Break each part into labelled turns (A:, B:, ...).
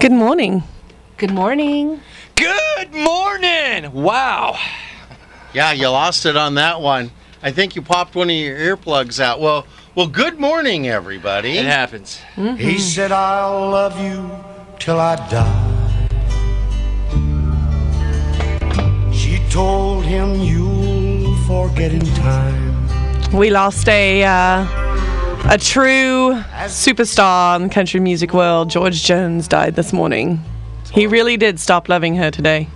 A: Good morning.
B: Good morning.
C: Good morning. Wow.
D: Yeah, you lost it on that one. I think you popped one of your earplugs out. Well, well, good morning, everybody.
C: It happens.
E: Hmm.
F: He said, I'll love you till I die. She told him, You'll forget in time.
A: We lost a uh, a true superstar in the country music world. George Jones died this morning. He really did stop loving her today.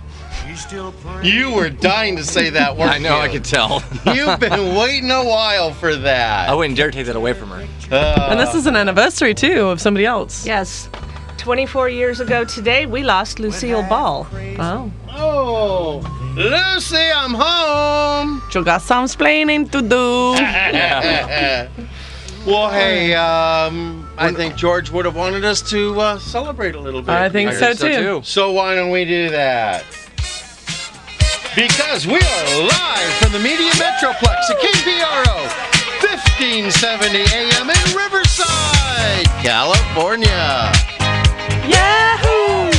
F: You still pray.
D: You were dying to say that word.
C: I know, I could tell. Oh,
D: You've been waiting a while for that.
C: I wouldn't dare take that away from her.
A: And this is an anniversary too of somebody else.
B: Yes. 24 years ago today, we lost Lucille Ball.
A: Wow.
D: Oh, Lucy, I'm home.
A: You got some explaining to do.
D: Well, hey, um, I think George would have wanted us to uh, celebrate a little bit.
A: I think so
C: so
A: too.
C: too.
D: So why don't we do that? Because we are live from the Media Metroplex at KBRO, 1570 AM in Riverside, California.
A: Yahoo!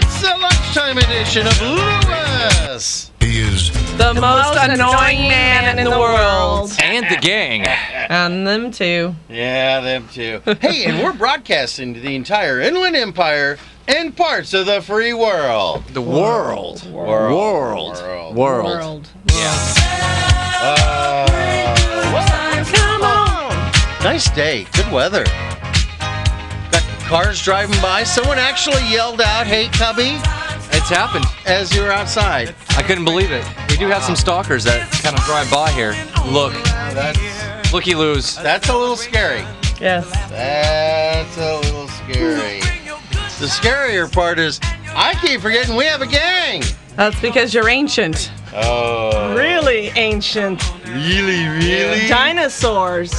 D: It's the lunchtime edition of Lewis.
F: He is
A: The, most, annoying man in the world.
C: And the gang.
A: And them too.
D: Yeah, them too. hey, and we're broadcasting to the entire Inland Empire and parts of the free world.
C: The world.
D: World.
C: World.
D: World.
C: World. Yeah.
D: Nice day. Good weather. Got cars driving by. Someone actually yelled out, "Hey, cubby!"
C: It's happened.
D: as you were outside.
C: I couldn't believe it. We do have some stalkers that kind of drive by here. Look.
D: That's
C: Looky loos.
D: that's a little scary.
A: Yes.
D: That's a little scary. The scarier part is I keep forgetting we have a gang.
A: That's because you're ancient.
D: Oh,
B: Really ancient
D: really, really?
B: dinosaurs.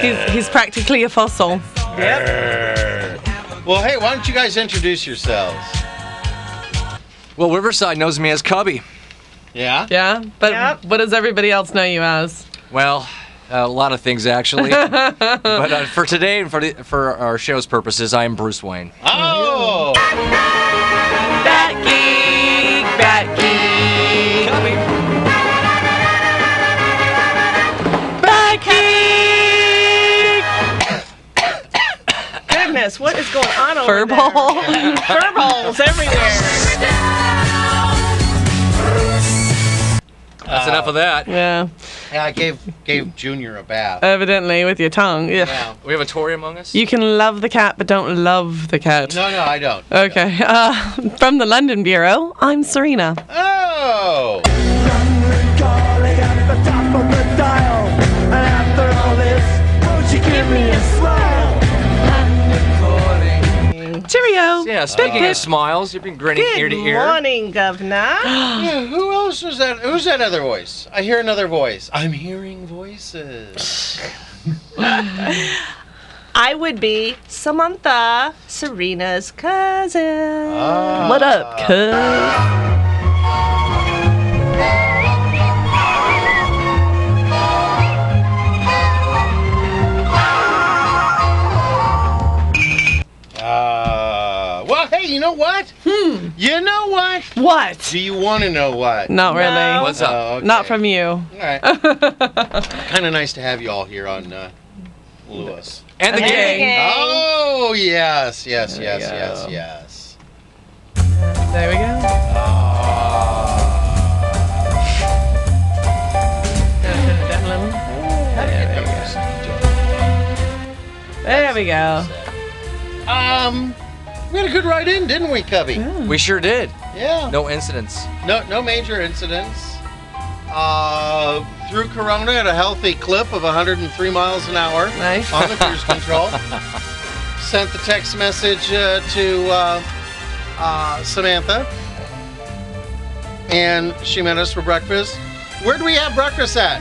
A: He's, he's practically a fossil.
D: Well, hey, why don't you guys introduce yourselves?
C: Well, Riverside knows me as Cubby.
D: Yeah.
A: Yeah? But
B: Yep.
A: what does everybody else know you as?
C: Well, a lot of things actually. but uh, for today and for, the, for our show's purposes, I am Bruce Wayne.
D: Oh,
A: Bat Geek! Bat Geek! Bat Geek!
B: Goodness, what is going on over there?
A: Furball.
B: Furballs everywhere.
C: That's enough of that.
A: yeah.
D: yeah, I gave gave Junior a
A: Uh,
D: bath.
A: Evidently, with your tongue. Yeah.
D: Yeah.
C: We have a Tory among us.
A: You can love the cat, but don't love the cat.
D: No, no, I don't.
A: Okay. Uh, from the London Bureau, I'm Serena.
D: Oh,
A: Cheerio.
C: Yeah, speaking of smiles, you've been grinning ear
B: Good
C: to ear.
B: morning, Governor.
D: yeah, who else was that? Who's that other voice? I hear another voice. I'm hearing voices.
B: I would be Samantha, Serena's cousin.
D: Ah.
A: What up, cuz?
D: Uh, well, hey, you know what? Hmm. You know what?
A: What?
D: Do you want to know what?
A: Not really.
B: No.
C: What's up?
D: Oh, okay.
A: Not from you.
D: All right. kind of nice to have you all here on uh, Lewis.
C: And the
A: Okay.
C: gang.
B: Gang.
D: Oh yes, yes,
A: There
D: yes,
A: we
D: yes,
A: go.
D: yes.
A: There we go. There we go.
D: Um, we had a good ride in, didn't we, Cubby?
C: We sure did.
D: Yeah.
C: No incidents.
D: No, no major incidents. Uh, through Corona at a healthy clip of 103 miles an hour
A: Nice.
D: on the cruise control. Sent the text message uh, to uh, uh, Samantha, and she met us for breakfast. Where do we have breakfast at?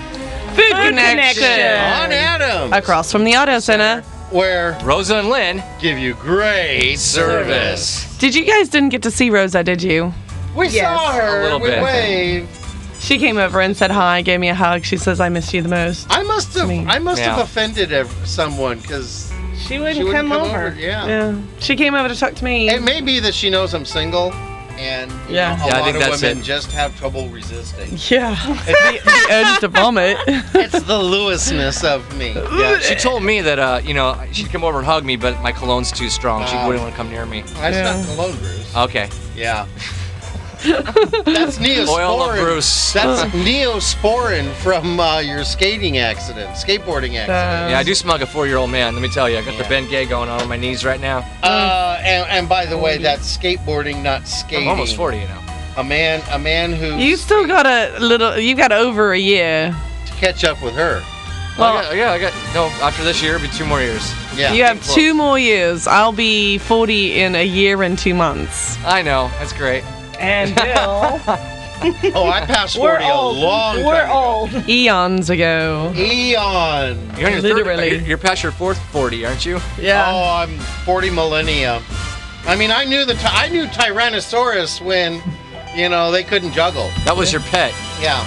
A: Food
B: connection.
A: connection.
D: On Adams.
A: Across from the auto center.
D: Where
C: Rosa and Lynn.
D: give you great service.
A: Did you guys didn't get to see Rosa, did you?
D: We
B: Yes,
D: saw
C: a
D: her.
C: little
D: We
C: bit.
D: waved.
A: She came over and said hi, gave me a hug. She says I missed you the most.
D: I must have.
A: mean,
D: I must have
C: yeah.
D: offended ev- someone because
B: She She wouldn't,
D: She wouldn't
B: come, over.
D: Yeah.
A: Yeah. She came over to talk to me.
D: It may be that she knows I'm single, and you
A: Yeah.
D: know, a
C: Yeah, I
D: lot
C: think
D: of
C: that's
D: women
C: it.
D: just have trouble resisting.
A: Yeah. the, the urge to vomit.
D: it's the Lewisness of me.
C: Yeah, she told me that uh, you know she'd come over and hug me, but my cologne's too strong. She
D: Wow.
C: wouldn't want to come near me.
D: That's
A: Yeah.
D: not cologne, Bruce.
C: Okay,
D: yeah. That's neosporin.
C: oil of Bruce.
D: That's neosporin from uh, your skating accident, skateboarding accident.
C: yeah, I do smell like a four-year-old man. Let me tell you, I got
D: Yeah.
C: the Ben Gay going on on my knees right now.
D: Uh, and, and by the way, that's skateboarding, not skating.
C: I'm almost 40, you know.
D: A man, a man who
A: You still got a little. You've got over a year.
D: to catch up with her.
A: Well-
C: I got- yeah, I got no. After this year, it'll be two more years.
D: Yeah.
A: you have
C: close.
A: two more years. I'll be 40 in a year and two months.
C: I know, that's great.
B: And Bill,
D: oh, I passed
B: we're
D: 40
B: old.
D: a long
B: we're
D: time ago.
B: old.
A: Eons ago.
D: Eon.
C: You're on your third-
A: Literally.
C: you're, you're past your fourth 40, aren't you?
A: Yeah.
D: Oh, I'm 40 millennia. I mean, I knew the ty- I knew Tyrannosaurus when, you know, they couldn't juggle.
C: That was your pet.
D: Yeah.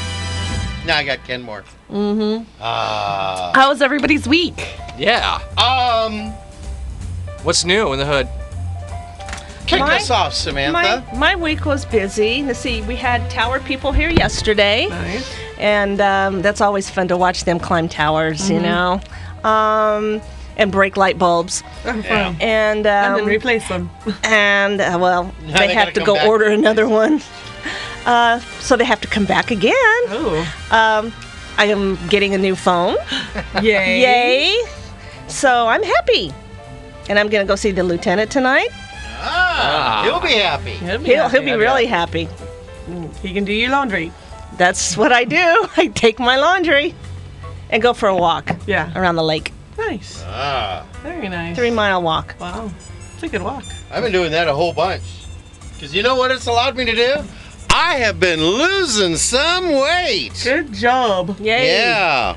D: Now I got Kenmore. Mm-hmm. Ah.
A: How was everybody's week?
C: Yeah.
D: um.
C: What's new in the hood?
D: Kick
B: My-
D: us off, Samantha.
B: My, my week was busy. Let's see, we had tower people here yesterday.
A: Nice.
B: and um, that's always fun to watch them climb towers, you
D: Mm-hmm.
B: know, um, and break light bulbs.
D: Yeah.
B: And um, and,
A: replace them.
B: uh, well,
D: Now
B: they,
D: they
B: have
D: gotta
B: to
D: come
B: go
D: back.
B: order another one. Uh, so they have to come back again.
A: Oh.
B: Um, I am getting a new phone.
A: Yay.
B: Yay! So I'm happy. And I'm gonna go see the lieutenant tonight.
D: Ah,
C: Ah.
D: You'll be happy.
A: He'll be,
B: He'll, he'll be really happy.
A: He can do your laundry.
B: That's what I do. I take my laundry and go for a walk
A: Yeah.
B: around the lake.
A: Nice.
D: Ah.
A: Very nice.
B: Three mile walk.
A: Wow. It's a good walk.
D: I've been doing that a whole bunch. Cause you know what it's allowed me to do? I have been losing some weight.
A: Good job.
B: Yay.
D: Yeah.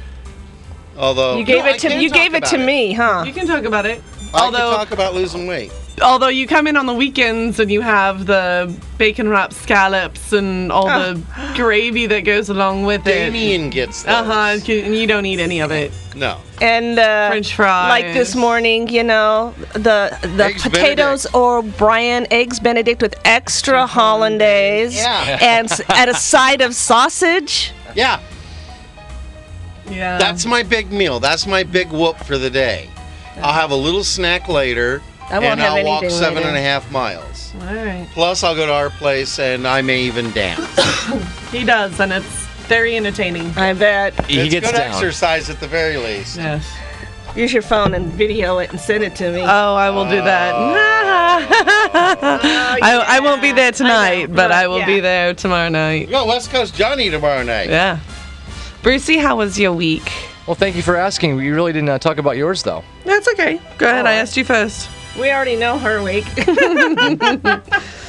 D: Although
B: You gave
D: No, I
B: it to
D: can
B: you
D: talk
B: gave it
D: about
B: to me, huh?
A: You can talk about it.
D: I can
A: Although-
D: talk about losing weight.
A: Although you come in on the weekends and you have the bacon wrapped scallops and all
B: Ah.
A: the gravy that goes along with it.
D: Damien gets those.
C: Uh-huh,
A: Uh huh. And you don't eat any of it.
D: No.
B: And uh,
A: French fries.
B: Like this morning, you know, the the
D: Eggs
B: potatoes
D: Benedict.
B: or Brian eggs Benedict with extra hollandaise.
D: Mm-hmm. Yeah.
B: And s- at a side of sausage.
D: Yeah.
A: Yeah.
D: That's my big meal. That's my big whoop for the day. I'll have a little snack later,
B: I won't
D: and
B: have
D: I'll walk
B: anything
D: seven
B: later.
D: and a half miles.
A: all right.
D: Plus, I'll go to our place, and I may even dance.
A: He does, and it's very entertaining.
B: I bet.
C: He
D: it's
C: gets
D: good
C: down.
D: exercise at the very least.
A: Yes.
B: Use your phone and video it and send it to me.
A: Oh, I will do that. I, I won't be there tonight, but I will be
B: Yeah.
A: there tomorrow night.
D: We got West Coast Johnny tomorrow night.
A: Yeah. Brucey, how was your week?
C: Well, thank you for asking. We really didn't uh, talk about yours, though.
A: That's okay. Go ahead. I asked you first.
B: we already know her week.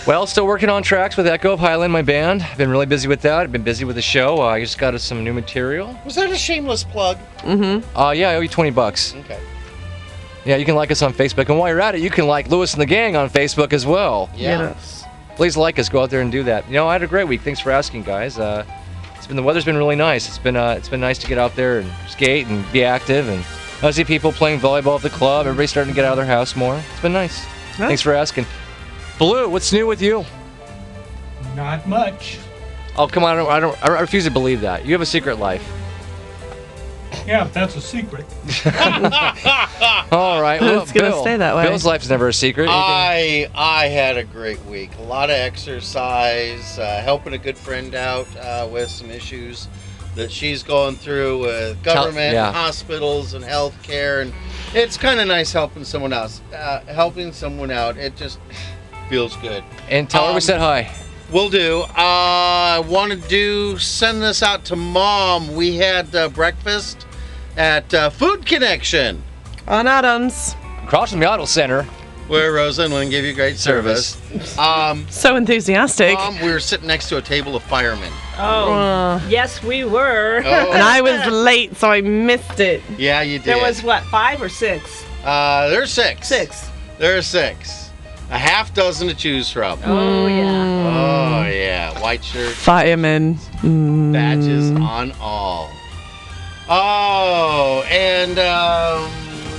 C: Well, still working on tracks with Echo of Highland, my band. I've been really busy with that. I've been busy with the show. Uh, I just got us some new material.
D: Was that a shameless plug?
C: Uh, yeah, I owe you 20 bucks.
D: Okay.
C: Yeah, you can like us on Facebook. And while you're at it, you can like Lewis and the Gang on Facebook as well.
D: Yeah.
A: Yes.
C: Please like us. Go out there and do that. You know, I had a great week. Thanks for asking, guys. Uh, it's been the weather's been really nice. It's been uh, it's been nice to get out there and skate and be active. And I see people playing volleyball at the club. Everybody's starting to get out of their house more. It's been nice. Thanks for asking. Blue, what's new with you?
F: Not much.
C: Oh, come on! I don't, I don't. I refuse to believe that. You have a secret life.
F: Yeah, but that's a secret.
C: All right. Well,
A: It's gonna
C: Bill-
A: stay that way.
C: Bill's life's never a secret. Anything-
D: I I had a great week. A lot of exercise, uh, helping a good friend out uh, with some issues that she's going through with government,
C: yeah.
D: hospitals, and healthcare. And it's kind of nice helping someone else. Uh, helping someone out, it just feels good.
C: and tell her we
D: um,
C: said hi.
D: Will do. Uh, I want to do send this out to mom. We had uh, breakfast at uh, Food Connection.
A: On Adams.
C: Across from the auto center.
D: Where Rosa and Lynn give you great service. Um,
A: So enthusiastic.
D: Mom, we were sitting next to a table of firemen.
B: oh.
A: Uh,
B: Yes, we were.
D: Oh,
A: Oh. and I was late, so I missed it.
D: yeah, you did.
B: There was what, five or six?
D: Uh, there's six.
B: Six.
D: There's six. A half dozen to choose from.
A: Mm.
D: Oh,
B: Oh yeah.
D: yeah, white shirts,
A: Fireman. Mm.
D: badges on all. Oh, and um,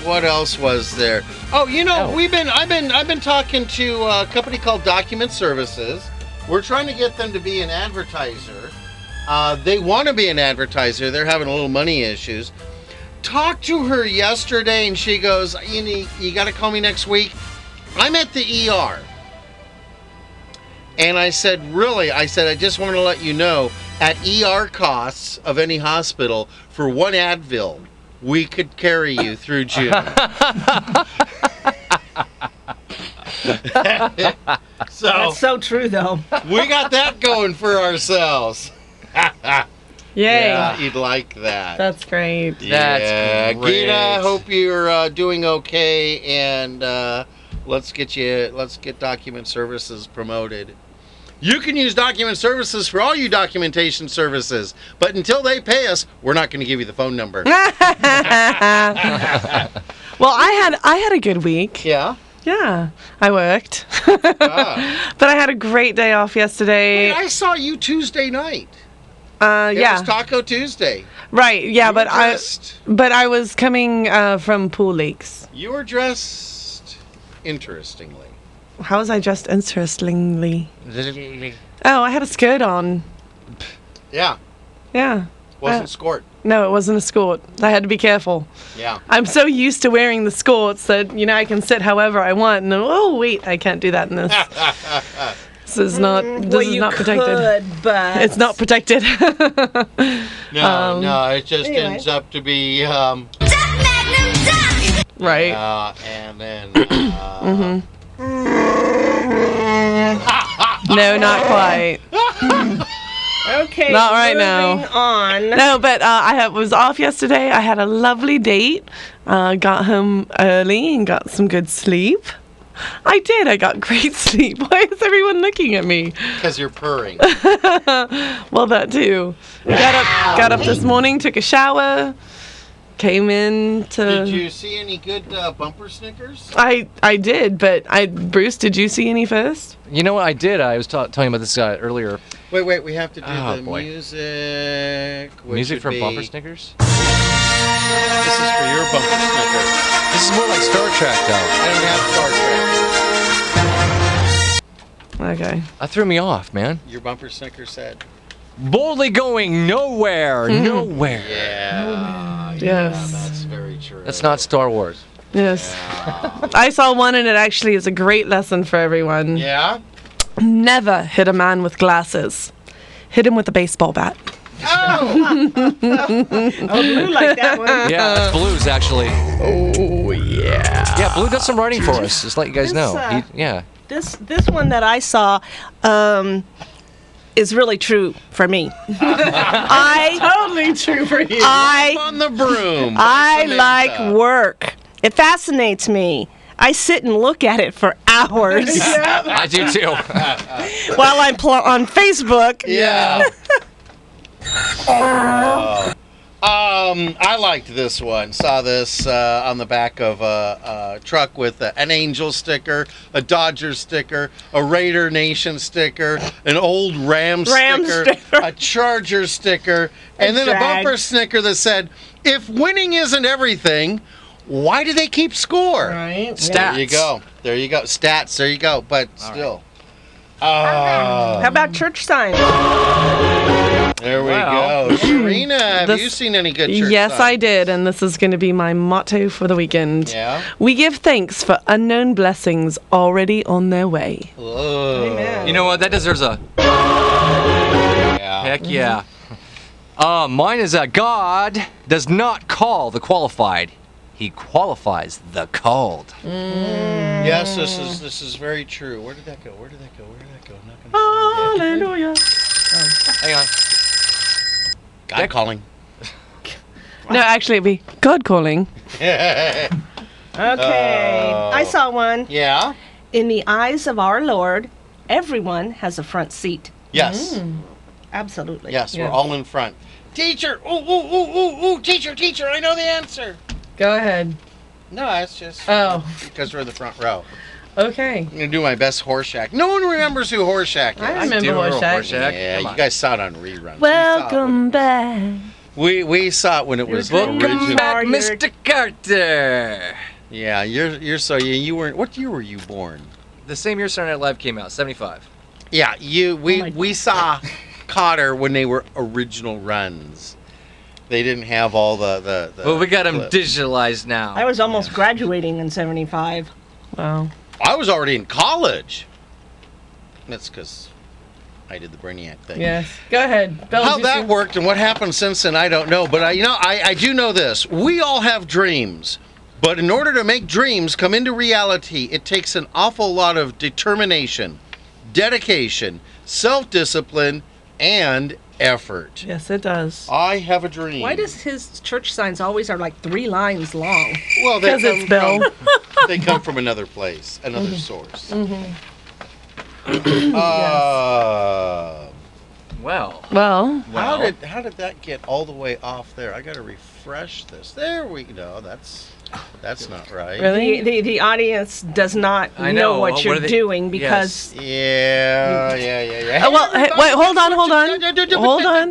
D: what else was there? Oh, you know,
C: Oh.
D: we've been I've been I've been talking to a company called Document Services. We're trying to get them to be an advertiser. Uh, they want to be an advertiser. They're having a little money issues. Talked to her yesterday, and she goes, "You need, you got to call me next week. I'm at the ER." And I said, Really? I said, I just want to let you know at ER costs of any hospital for one Advil, we could carry you through June.
A: Oh.
D: so
B: That's so true, though.
D: we got that going for ourselves.
A: Yay.
D: You'd like that.
A: That's great.
C: That's
D: yeah,
C: great.
D: Gita, hope you're uh, doing okay, and uh, let's get you let's get document services promoted. You can use document services for all you documentation services, but until they pay us, we're not going to give you the phone number.
A: Well, I had I had a good week.
D: yeah.
A: Yeah, I worked,
D: Ah.
A: but I had a great day off yesterday.
D: Wait, I saw you Tuesday night.
A: uh,
D: It
A: yeah,
D: was Taco Tuesday.
A: right. Yeah,
D: You
A: but
D: were
A: I
D: dressed,
A: but I was coming uh, from Pool Lakes.
D: you were dressed interestingly.
A: How was I dressed interestingly? Oh, I had a skirt on.
D: Yeah,
A: Yeah.
D: wasn't
A: Uh,
D: skort.
A: No, it wasn't a skort. I had to be careful.
D: Yeah.
A: I'm so used to wearing the skirts that you know I can sit however I want, and oh wait, I can't do that in this. this is not. This
B: Mm, well,
A: is
B: you
A: not protected.
B: could, but
A: It's not protected.
D: No,
C: Um,
D: no, it just
B: anyway.
D: ends up to be. Um,
A: right.
D: Uh, and then. Uh,
C: Mm-hmm.
A: No, not quite.
B: okay.
A: Not right now.
B: moving On.
A: No, but uh, I had, was off yesterday. I had a lovely date. Uh, got home early and got some good sleep. I did. I got great sleep. Why is everyone looking at me?
D: Because you're purring.
C: Uh.
A: Well, that too. Got up, got up this morning, took a shower, came in to.
D: Did you see any good uh, bumper Snickers?
A: I I did, but I Bruce, did you see any first?
C: You know what I did? I was ta- telling you about this uh, earlier.
D: Wait, wait, we have to do
C: Oh,
D: the
C: boy.
D: music. which
C: Music
D: would
C: for
D: be-
C: bumper Snickers.
D: This is for your bumper Snickers.
C: This is more like Star Trek, though.
D: I don't have Star Trek.
A: Okay.
C: That threw me off, man.
D: Your bumper Snicker said.
C: Boldly going nowhere, nowhere.
D: Yeah.
A: Yes.
D: Yeah, that's very true.
C: That's not Star Wars.
A: Yes. I saw one and it actually is a great lesson for everyone.
D: Yeah?
A: Never hit a man with glasses. Hit him with a baseball bat.
D: Oh!
B: Oh, you like that one.
C: Yeah, it's Blues actually. Oh yeah. Yeah, Blue does some writing for us. Just let you guys
B: It's,
C: know.
B: uh,
C: He- yeah.
B: This this one that I saw um, is really true for me. I
A: Totally true for you.
B: I
D: on the broom.
B: I
D: Samantha.
B: like work. It fascinates me. I sit and look at it for hours
C: I do too.
B: while I'm pl- on Facebook.
D: Yeah. um, I liked this one. Saw this uh, on the back of a, a truck with a, an Angel sticker, a Dodger sticker, a Raider Nation sticker, an old Ram,
B: Ram sticker.
D: a Charger sticker, and then
B: Jag.
D: a bumper sticker that said, "If winning isn't everything." Why do they keep score?
B: Right.
C: Stats.
D: There you go. There you go. Stats. There you go. But still,
B: How about church signs?
D: There we
C: Wow.
D: go. Serena, have
A: This-
D: you seen any good church
A: Yes, I
D: signs?
A: did, and this is going to be my motto for the weekend.
D: Yeah.
A: We give thanks for unknown blessings already on their way.
D: Whoa.
C: You know what? That deserves a
D: Yeah.
C: heck yeah. Uh, mine is uh, God does not call the qualified. He qualifies the called.
D: Yes, this is this is very true. Where did that go? Where did that go? Where did that go? Not gonna find it.
A: Hallelujah.
C: Hang on.
D: God calling.
A: No, actually, it'd be God calling.
D: yeah.
B: Okay.
A: Oh.
B: I saw one. In the eyes of our Lord, everyone has a front seat.
D: Yes.
B: Absolutely.
D: Yes.
A: Mm. Yeah.
D: We're all in front. Teacher. Ooh ooh ooh ooh ooh. Teacher. Teacher. I know the answer.
A: Go ahead.
D: No, it's just
A: Oh,
D: because we're in the front row.
A: okay.
D: I'm gonna do my best Horseshack. No one remembers who Horseshack is.
A: I remember
C: Do a
A: Horseshack.
C: Horseshack.
D: Yeah,
C: Come
D: you
C: on.
D: guys saw it on reruns. We saw it.
A: Welcome back.
D: We we saw it when it was original.
B: back, Mr.
C: Carter.
D: Yeah, you're you're so you, you weren't. What year were you born?
C: The same year Saturday Night Live came out, 75.
D: Yeah, you we
B: Oh my
D: we saw Cotter when they were original runs. They didn't have all the the. the
C: Well, we got them
D: clips.
C: digitalized now.
B: I was almost graduating in 75.
A: Wow.
D: I was already in college. That's because I did the Brainiac thing.
A: Yes. Go ahead. Bella,
D: How
A: do you
D: that
A: see-
D: worked and what happened since then, I don't know. But I, you know, I, I do know this: we all have dreams, but in order to make dreams come into reality, it takes an awful lot of determination, dedication, self-discipline, and effort.
A: Yes, it does.
D: I have a dream.
B: Why does his church signs always are like three lines long?
D: Well, they
A: 'Cause it's Bill.
D: come
A: Mm-hmm.
D: from- they come from another place, another source. Uh,
C: Well,
A: Uh, Well,
D: How
C: well,
D: did how did that get all the way off there? I got to refresh this. There we go. That's that's not right.
B: The,
A: really?
B: the, the audience does not
C: I
B: know,
C: know,
B: what
C: what
B: you're
C: are they-
B: doing because
D: Yeah, yeah, yeah, yeah.
A: Oh, well, hey, wait, hold on, hold on. Hold on.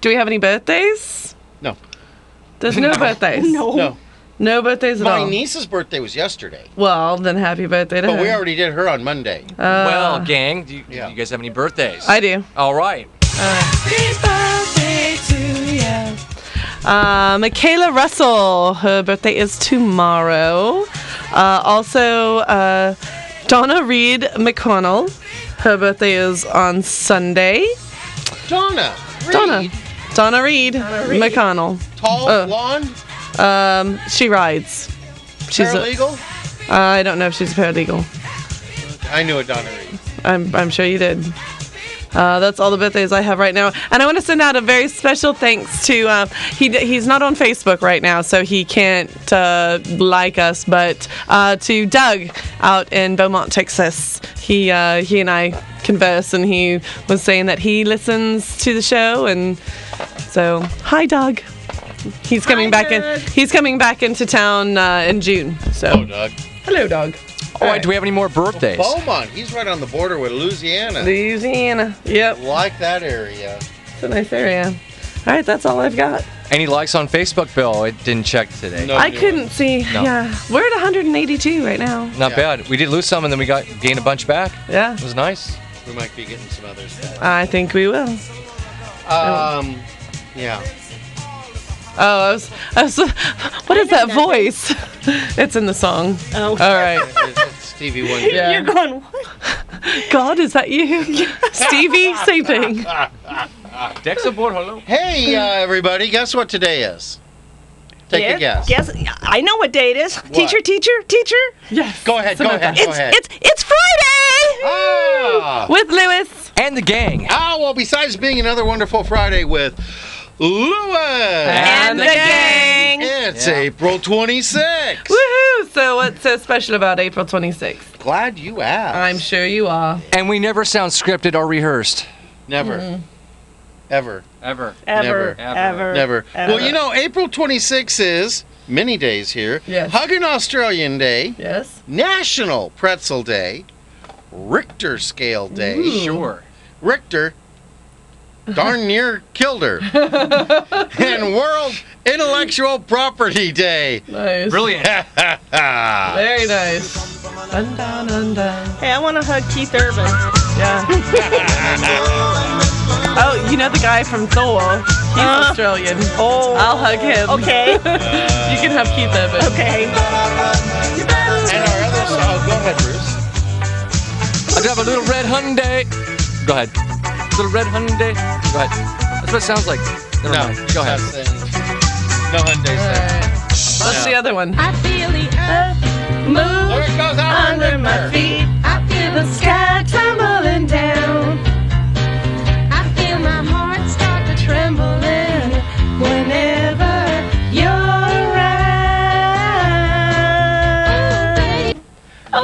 A: Do we have any birthdays?
D: No.
A: There's no birthdays.
B: no.
D: No,
A: Oh, No birthdays at
D: my
A: all.
D: niece's birthday was yesterday,
A: Well, then happy birthday to
D: but
A: her.
D: we already did her on Monday.
A: Uh-huh. Uh,
C: well, gang, do you, do
D: Yeah.
C: you guys have any birthdays?
A: I do.
C: All right.
A: Uh, Michaela Russell, her birthday is tomorrow. Uh, also, uh, Donna Reed McConnell, her birthday is on Sunday.
D: Donna, Reed,
A: Donna, Donna Reed, McConnell.
D: tall,
A: Uh,
D: blonde,
A: Um, she rides. She's. A,
D: paralegal.
A: I don't know if she's a paralegal.
D: I knew a Donna Reed.
A: I'm, I'm sure you did. Uh, that's all the birthdays I have right now, and I want to send out a very special thanks to uh, he d- he's not on Facebook right now, so he can't uh, like us, but uh, to Doug out in Beaumont, Texas. He uh, he and I converse, and he was saying that he listens to the show, and so hi Doug. He's coming back
B: Doug.
A: in. He's coming back into town uh, in June. So
D: Oh, Doug.
A: hello, Doug.
C: All right, do we have any more birthdays?
D: Beaumont. He's right on the border with Louisiana.
A: Louisiana. Yep,
D: Like that area.
A: it's a nice area. All right, that's all I've got.
C: Any likes on Facebook, Bill? I didn't check today.
D: No.
A: I
D: new
A: couldn't see.
C: No.
A: Yeah, we're at 182 right now.
C: Not
D: Yeah.
C: bad. We did lose some, and then we got gained a bunch back.
A: Yeah,
C: It was nice.
D: We might be getting some other stuff.
A: I think we will. Uh,
D: Um, yeah.
A: Oh, I was, I was, what is that voice? It's in the song.
B: Oh.
C: Uh,
A: All right.
D: It's- it's Stevie Wonder.
A: Yeah.
B: You're going, what?
A: God, is that you? Stevie, same thing.
C: Dexa board, hello.
D: Hey, uh, everybody, guess what today is? Take a guess.
B: Guess I know what day it is. Teacher, teacher, teacher.
A: Yes.
D: Go ahead, go ahead, go
B: It's
D: ahead.
B: it's it's Friday.
D: ah!
A: With Lewis.
C: And the gang.
D: Ah, well, besides being another wonderful Friday with Lewis,
A: And the gang.
D: it's
C: Yeah.
D: April 26th.
A: Woohoo! So, what's so special about April 26th?
D: Glad you asked.
A: I'm sure you are.
C: And we never sound scripted or rehearsed.
D: Never.
B: Mm-hmm.
D: Ever.
C: Ever.
B: Ever,
C: Never,
B: ever,
D: Never.
B: ever.
D: Well, you know, April 26th is many days here.
A: Yes.
D: Hugging Australian Day,
A: Yes.
D: National Pretzel Day, Richter Scale Day.
C: Sure.
D: Richter darn near killed her. and World Intellectual Property Day.
A: Nice.
C: Brilliant.
D: Ah.
A: Very nice. Dun, dun, dun, dun.
B: Hey, I want to hug Keith Urban.
A: Yeah. oh, you know the guy from Thor? He's Australian.
B: Oh,
A: I'll hug him.
B: Okay,
A: you can have Keith Urban.
B: okay.
D: and our other song. Oh, go ahead, Bruce.
C: I drive a little red Hyundai. Go ahead. Little red Hyundai. Go ahead. That's what it sounds like. Never
D: No,
C: mind. Go ahead.
D: that's, uh, No Hyundai's there.
A: What's the other one?
E: I feel the earth move
D: There it goes out
E: under my feet. I feel the sky tumbling down. I feel my heart start to trembling whenever you're around.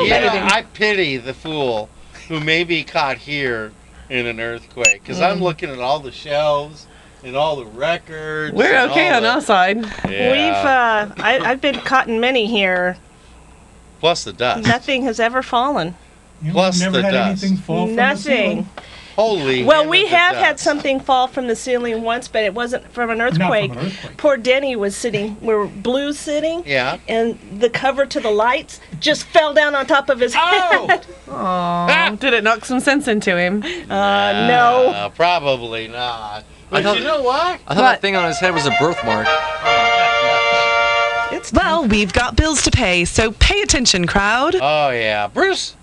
D: Yeah, I pity the fool who may be caught here in an earthquake because I'm looking at all the shelves and all the records.
A: We're
D: and
A: okay
D: all
A: on
D: the-
A: our side.
B: We've uh, I, I've been caught in many here.
D: Plus the dust.
B: Nothing has ever fallen.
F: You've
D: Plus
F: never
D: the
F: had
D: dust.
F: anything fall from the ceiling?
B: Nothing.
D: Holy.
B: Well,
D: hammer
B: we
D: that
B: have had
D: does.
B: something fall from the ceiling once, but it wasn't from an
G: from
B: earthquake.
G: an earthquake.
B: Poor Denny was sitting where Blue's sitting.
D: Yeah.
B: And the cover to the lights just fell down on top of his
D: Oh!
B: head.
A: Oh, Did it knock some sense into him?
B: Uh, no.
D: Uh, probably not. But
C: thought-
D: you know what?
C: I thought that thing on his head was a birthmark.
H: Well, we've got bills to pay, so pay attention, crowd.
D: Oh yeah, Bruce.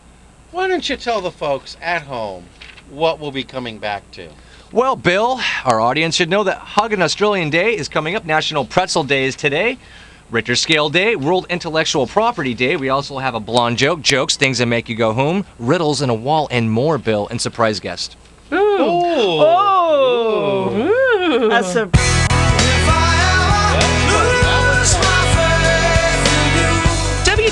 D: Why don't you tell the folks at home what we'll be coming back to?
C: Well, Bill, our audience should know that Hug an Australian Day is coming up. National Pretzel Day is today. Richter Scale Day, World Intellectual Property Day. We also have a blonde joke, jokes, things that make you go home, riddles and a wall, and more, Bill, and surprise guest.
D: Oh.
B: A sur-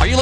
C: Are you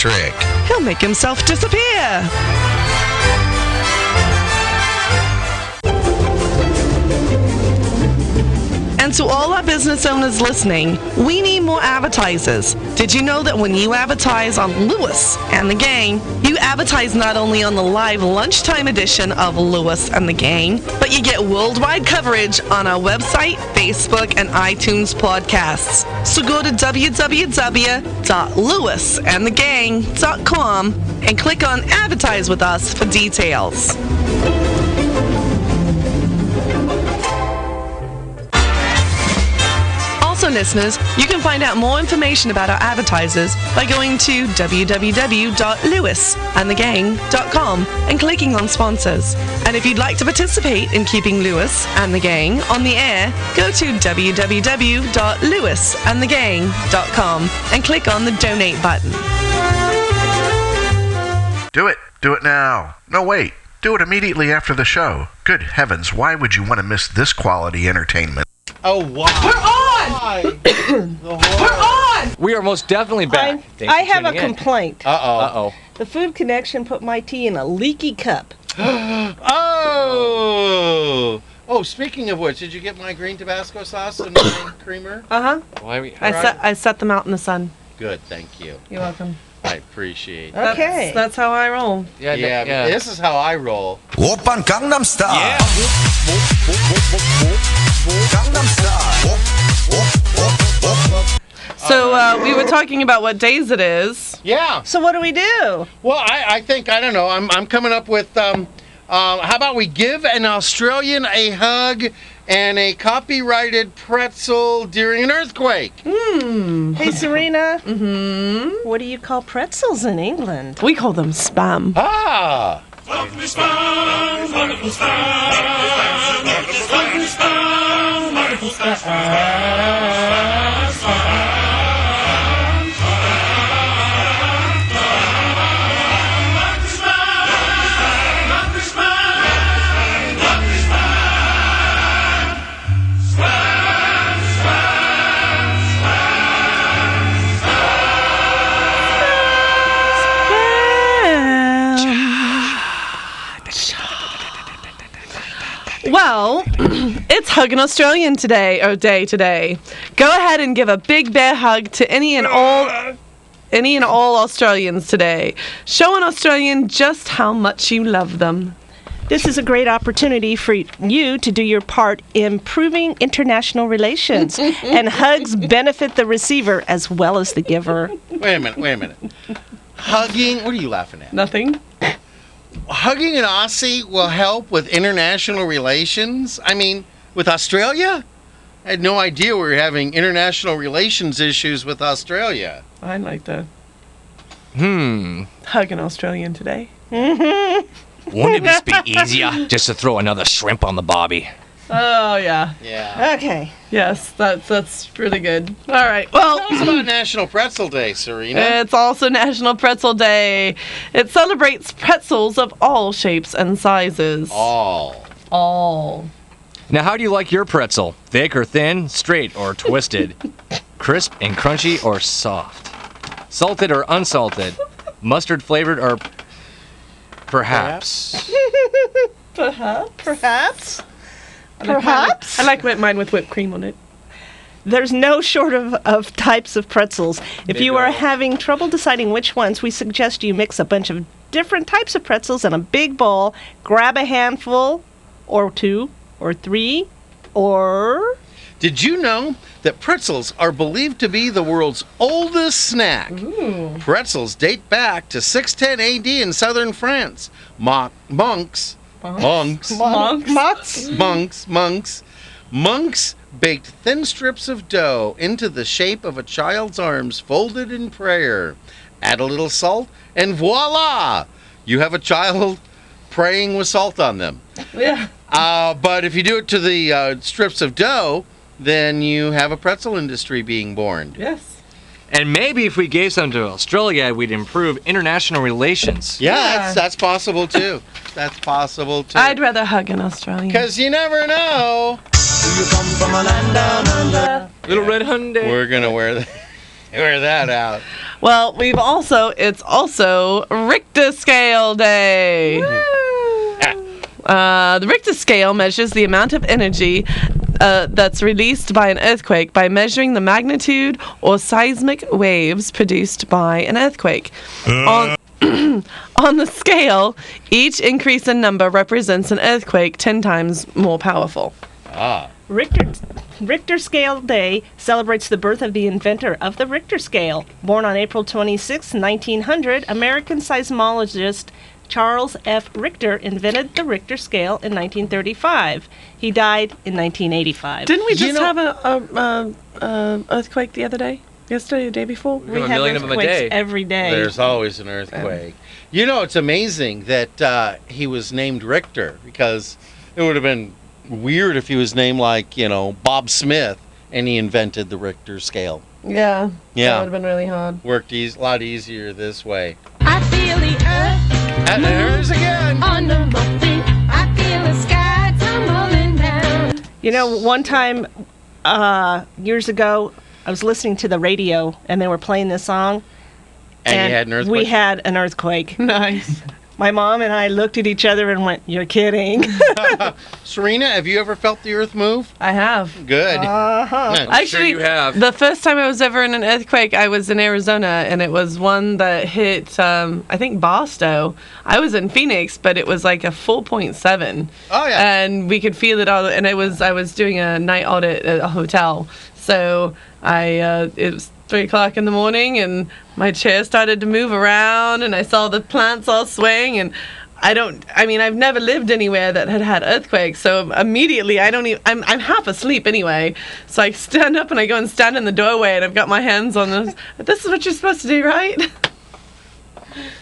I: trick.
H: He'll make himself disappear. And to all our business owners listening, we need more advertisers. Did you know that when you advertise on Lewis and the Gang, you advertise not only on the live lunchtime edition of Lewis and the Gang, but you get worldwide coverage on our website, Facebook, and iTunes podcasts. So go to www.lewisandthegang.com and click on Advertise with Us for details. Also, listeners, you can find out more information about our advertisers by going to www.lewisandthegang.com and clicking on sponsors. And if you'd like to participate in keeping Lewis and the Gang on the air, go to www.lewisandthegang.com and click on the donate button.
F: Do it. Do it now. No, wait. Do it immediately after the show. Good heavens, why would you want to miss this quality entertainment?
D: Oh wow. We're on.
C: We are most definitely
B: I, I have a complaint.
D: Uh oh.
C: oh.
B: The Food Connection put my tea in a leaky cup.
D: Oh. Oh, speaking of which, did you get my green Tabasco sauce and my creamer?
B: Uh huh.
C: Why are we,
A: I set I set them out in the sun.
D: Good, thank you.
A: You're welcome.
D: I appreciate. it.
B: Okay.
A: That's, that's how I roll.
C: yeah,
D: yeah, this is how I roll.
F: Open Gangnam Style.
A: So uh, we were talking about what days it is.
D: Yeah.
B: So what do we do?
D: Well, I, I think I don't know. I'm I'm coming up with um, um, how about we give an Australian a hug and a copyrighted pretzel during an earthquake?
B: Hey, Serena. mm-hmm. What do you call pretzels in England?
A: We call them spam.
D: Ah.
A: Well, it's Hug an Australian today, or day today. Go ahead and give a big bear hug to any and all. any and all Australians today. Show an Australian just how much you love them.
B: This is a great opportunity for you to do your part in improving international relations, and hugs benefit the receiver as well as the giver.
D: Wait a minute, wait a minute. Hugging, what are you laughing at?
A: Nothing.
D: Hugging an Aussie will help with international relations? I mean, with Australia? I had no idea we were having international relations issues with Australia.
A: I like to
C: Hmm.
A: hug an Australian today.
C: Wouldn't it just be easier just to throw another shrimp on the bobby?
A: Oh yeah.
D: Yeah.
B: Okay.
A: Yes, that's that's really good. All right. Well,
D: Tell us about National Pretzel Day, Serena.
A: It's also National Pretzel Day. It celebrates pretzels of all shapes and sizes.
D: All.
A: All.
C: Now, how do you like your pretzel? Thick or thin, straight or twisted, crisp and crunchy or soft, salted or unsalted, mustard flavored or perhaps.
B: Perhaps. Perhaps.
A: I like mine with whipped cream on it.
B: There's no short of, of types of pretzels. If you
C: Big
B: are
C: old.
B: having trouble deciding which ones, we suggest you mix a bunch of different types of pretzels in a big bowl, grab a handful or two or three or
D: Did you know that pretzels are believed to be the world's oldest snack? Pretzels date back to 610 AD in southern France. Mo- monks, monks,
A: Monks.
D: monks, monks, monks baked thin strips of dough into the shape of a child's arms folded in prayer. Add a little salt, and voila! You have a child praying with salt on them.
A: Yeah.
D: Uh, but if you do it to the uh, strips of dough, then you have a pretzel industry being born.
A: Yes.
C: And maybe if we gave some to Australia, we'd improve international relations.
D: Yeah, That's, that's possible too. That's possible too.
A: I'd rather hug an Australian.
D: Because you never know.
C: Little red Hyundai.
D: We're gonna wear that. Wear that out.
A: Well, we've also it's also Richter scale day. Uh, the Richter scale measures the amount of energy uh, that's released by an earthquake by measuring the magnitude or seismic waves produced by an earthquake.
D: Uh.
A: On, on the scale, each increase in number represents an earthquake 10 times more powerful.
B: Richter, Richter Scale Day celebrates the birth of the inventor of the Richter scale. Born on April 26, 1900, American seismologist Charles F. Richter invented the Richter scale in 1935. He died in 1985.
A: Didn't we
D: You
A: just
D: know-
A: have a, a, a, a earthquake the other day? Yesterday, the day before?
C: have a million of them a
B: earthquakes
C: day.
B: every day.
D: There's always an earthquake. You know, it's amazing that uh, he was named Richter because it would have been weird if he was named like you know Bob Smith and he invented the Richter scale.
A: Yeah. That would
D: Yeah,
A: have been really hard.
D: worked eas a lot easier this way.
E: I feel the earth
D: And there's again.
E: under my feet. I feel the sky tumbling down.
B: You know, one time uh, years ago, I was listening to the radio and they were playing this song.
D: And, you had an earthquake.
B: We had an earthquake.
A: Nice.
B: My mom and I looked at each other and went, You're kidding.
D: Serena, have you ever felt the earth move?
A: I have.
D: Good.
B: Uh-huh.
C: I'm sure you have.
A: the first time I was ever in an earthquake, I was in Arizona, and it was one that hit, um, I think, Barstow. I was in Phoenix, but it was like a 4.7.
D: Oh, yeah.
A: And we could feel it all. And I was I was doing a night audit at a hotel, so I uh, it was three o'clock in the morning, and my chair started to move around, and I saw the plants all swaying, and. I don't. I mean, I've never lived anywhere that had had earthquakes, so immediately I don't even. I'm, I'm half asleep anyway, so I stand up and I go and stand in the doorway, and I've got my hands on the. This is what you're supposed to do, right?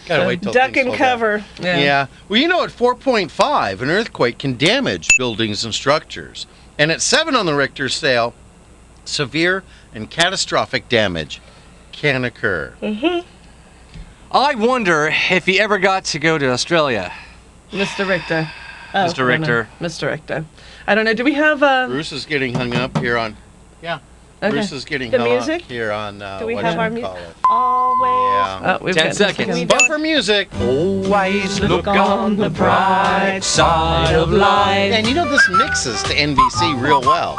D: Gotta wait till
B: Duck
D: things
B: and
D: slow down.
B: cover.
D: Yeah. Well, you know, at 4.5, an earthquake can damage buildings and structures. And at 7 on the Richter scale, severe and catastrophic damage can occur.
B: Mm-hmm.
C: I wonder if he ever got to go to Australia,
A: Mr. Richter.
C: Mr. Richter.
A: Mr. Richter. I don't know. Do we have uh,
D: Bruce is getting hung up here on. Yeah.
A: Okay.
D: Bruce is getting
B: The
D: hung
B: music?
D: up here on. Uh,
B: Do we
D: what
B: have
D: you
B: our mu-
D: call it.
B: Always.
D: Yeah.
A: oh, we've
C: Ten
A: got
C: seconds.
A: seconds.
D: Bumper music.
C: Always look on the
B: bright
C: side of life.
D: And you know, this mixes to NBC real well.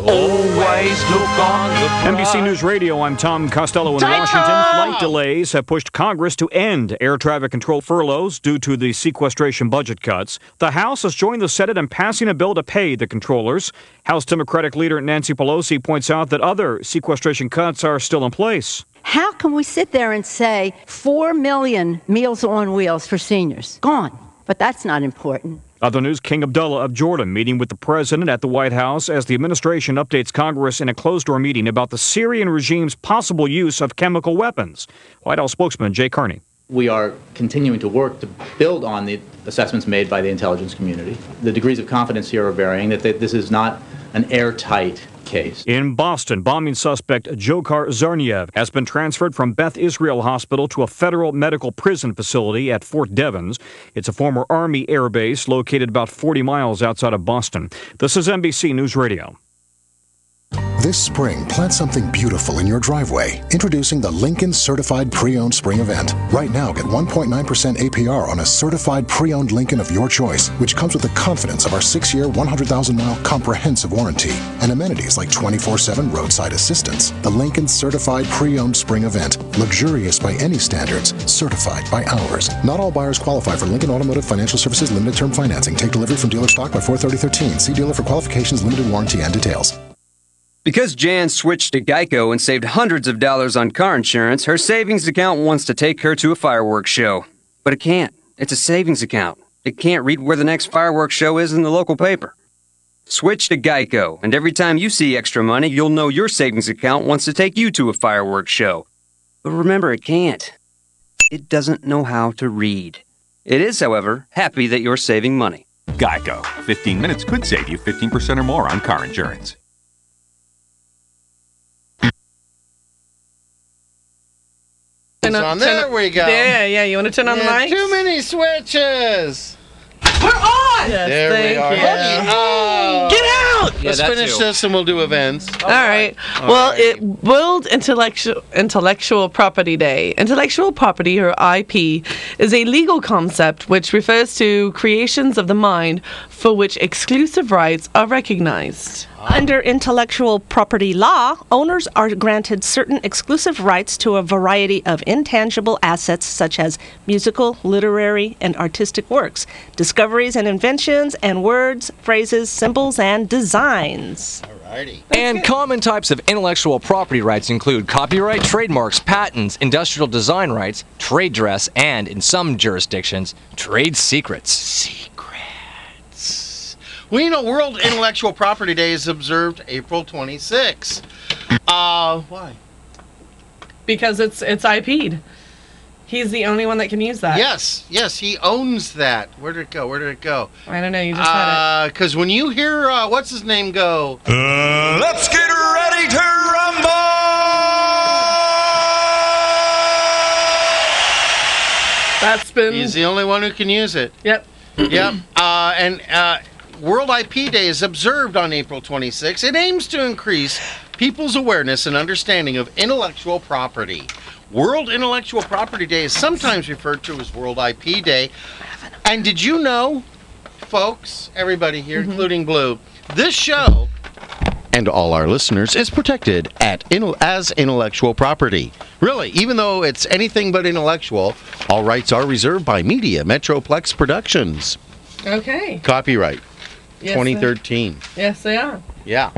G: Always
C: look on the
J: Uh,
G: NBC News Radio, I'm Tom Costello in
B: Time
G: Washington.
B: out!
G: Flight delays have pushed Congress to end air traffic control furloughs due to the sequestration budget cuts. The House has joined the Senate in passing a bill to pay the controllers. House Democratic leader Nancy Pelosi points out that other sequestration cuts are still in place.
J: How can we sit there and say 4 million meals on wheels for seniors? Gone. But that's not important.
G: Other news King Abdullah of Jordan meeting with the president at the White House as the administration updates Congress in a closed door meeting about the Syrian regime's possible use of chemical weapons. White House spokesman Jay Kearney.
K: We are continuing to work to build on the assessments made by the intelligence community. The degrees of confidence here are varying, that th- this is not an airtight case.
G: In Boston, bombing suspect Jokar Zarniev has been transferred from Beth Israel Hospital to a federal medical prison facility at Fort Devens. It's a former Army air base located about 40 miles outside of Boston. This is NBC News Radio.
L: This spring, plant something beautiful in your driveway. Introducing the Lincoln Certified Pre-Owned Spring Event. Right now, get 1.9% APR on a certified pre-owned Lincoln of your choice, which comes with the confidence of our 6-year, 100,000-mile comprehensive warranty and amenities like 24/7 roadside assistance. The Lincoln Certified Pre-Owned Spring Event. Luxurious by any standards, certified by ours. Not all buyers qualify for Lincoln Automotive Financial Services limited term financing. Take delivery from dealer stock by 4/30/13. See dealer for qualifications, limited warranty and details.
M: Because Jan switched to Geico and saved hundreds of dollars on car insurance, her savings account wants to take her to a fireworks show. But it can't. It's a savings account. It can't read where the next fireworks show is in the local paper. Switch to Geico, and every time you see extra money, you'll know your savings account wants to take you to a fireworks show. But remember, it can't. It doesn't know how to read. It is, however, happy that you're saving money.
N: Geico. 15 minutes could save you 15% or more on car insurance.
D: It's
A: Turn turn
D: on. There we go.
A: Yeah, yeah. You want to turn on the
D: Yeah,
A: mic?
D: Too many switches.
A: We're on. Yes,
D: There we
A: thank
D: are.
A: you.
D: Oh.
A: Get out.
D: Yeah, Let's finish this and we'll do events.
A: All right.
D: All
A: well,
D: right.
A: it World Intellectual Intellectual Property Day. Intellectual property, or IP, is a legal concept which refers to creations of the mind for which exclusive rights are recognized.
B: Under intellectual property law, owners are granted certain exclusive rights to a variety of intangible assets such as musical, literary, and artistic works, discoveries and inventions, and words, phrases, symbols, and designs.
C: And common types of intellectual property rights include copyright, trademarks, patents, industrial design rights, trade dress, and in some jurisdictions, trade secrets.
D: Well, you know, World Intellectual Property Day is observed April 26. Uh, why?
A: Because it's it's IP'd. He's the only one that can use that.
D: Yes, yes, he owns that. Where did it go? Where did it go?
A: I don't know. You just had it.
D: Because when you hear uh, what's his name go,
N: let's get ready to
A: That's been.
D: He's the only one who can use it.
A: Yep.
D: yep. Uh, and uh, World IP Day is observed on April 26. It aims to increase people's awareness and understanding of intellectual property. World Intellectual Property Day is sometimes referred to as World IP Day. And did you know, folks, everybody here, including Blue, this show and all our listeners is protected at in, as intellectual property. Really, even though it's anything but intellectual, all rights are reserved by Media Metroplex Productions.
A: Okay.
D: Copyright
A: Yes, sir.
D: 2013.
A: Yes, they are.
D: Yeah.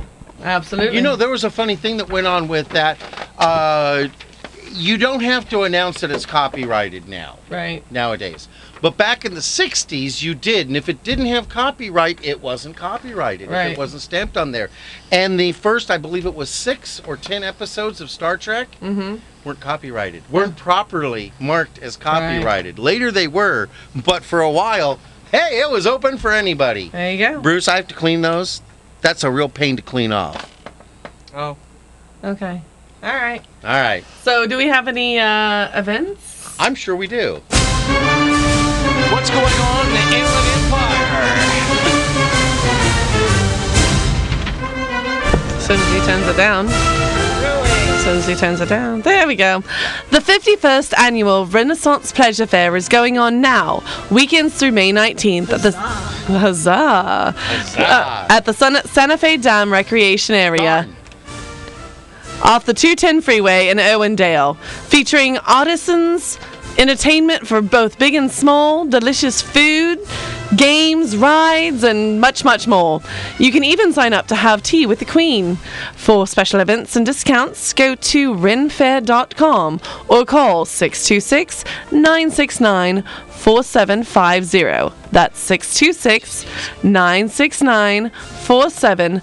A: Absolutely.
D: You know, there was a funny thing that went on with that. Uh, you don't have to announce that it's copyrighted now
A: Right.
D: nowadays. But back in the 60s, you did. And if it didn't have copyright, it wasn't copyrighted. If
A: Right.
D: it wasn't stamped on there. And the first, I believe it was six or 10 episodes of Star Trek
A: Mm-hmm.
D: weren't copyrighted, weren't properly marked as copyrighted. Later they were, but for a while, hey, it was open for anybody.
A: There you go.
D: Bruce, I have to clean those. That's a real pain to clean off.
C: Oh.
A: Okay. All right.
D: All right.
A: So, do we have any uh, events?
D: I'm sure we do.
C: What's going on in the Inland Empire?
A: As soon as he turns it down. As soon as he turns it down. There we go. The 51st annual Renaissance Pleasure Fair is going on now, weekends through May 19th at the Huzzah! Uh, at the Sun- Santa Fe Dam Recreation Area. Off the 210 freeway in Owendale, featuring artisans, entertainment for both big and small, delicious food, games, rides, and much, much more. You can even sign up to have tea with the Queen. For special events and discounts, go to renfair.com or call 626 969 4750. That's 626 969 4750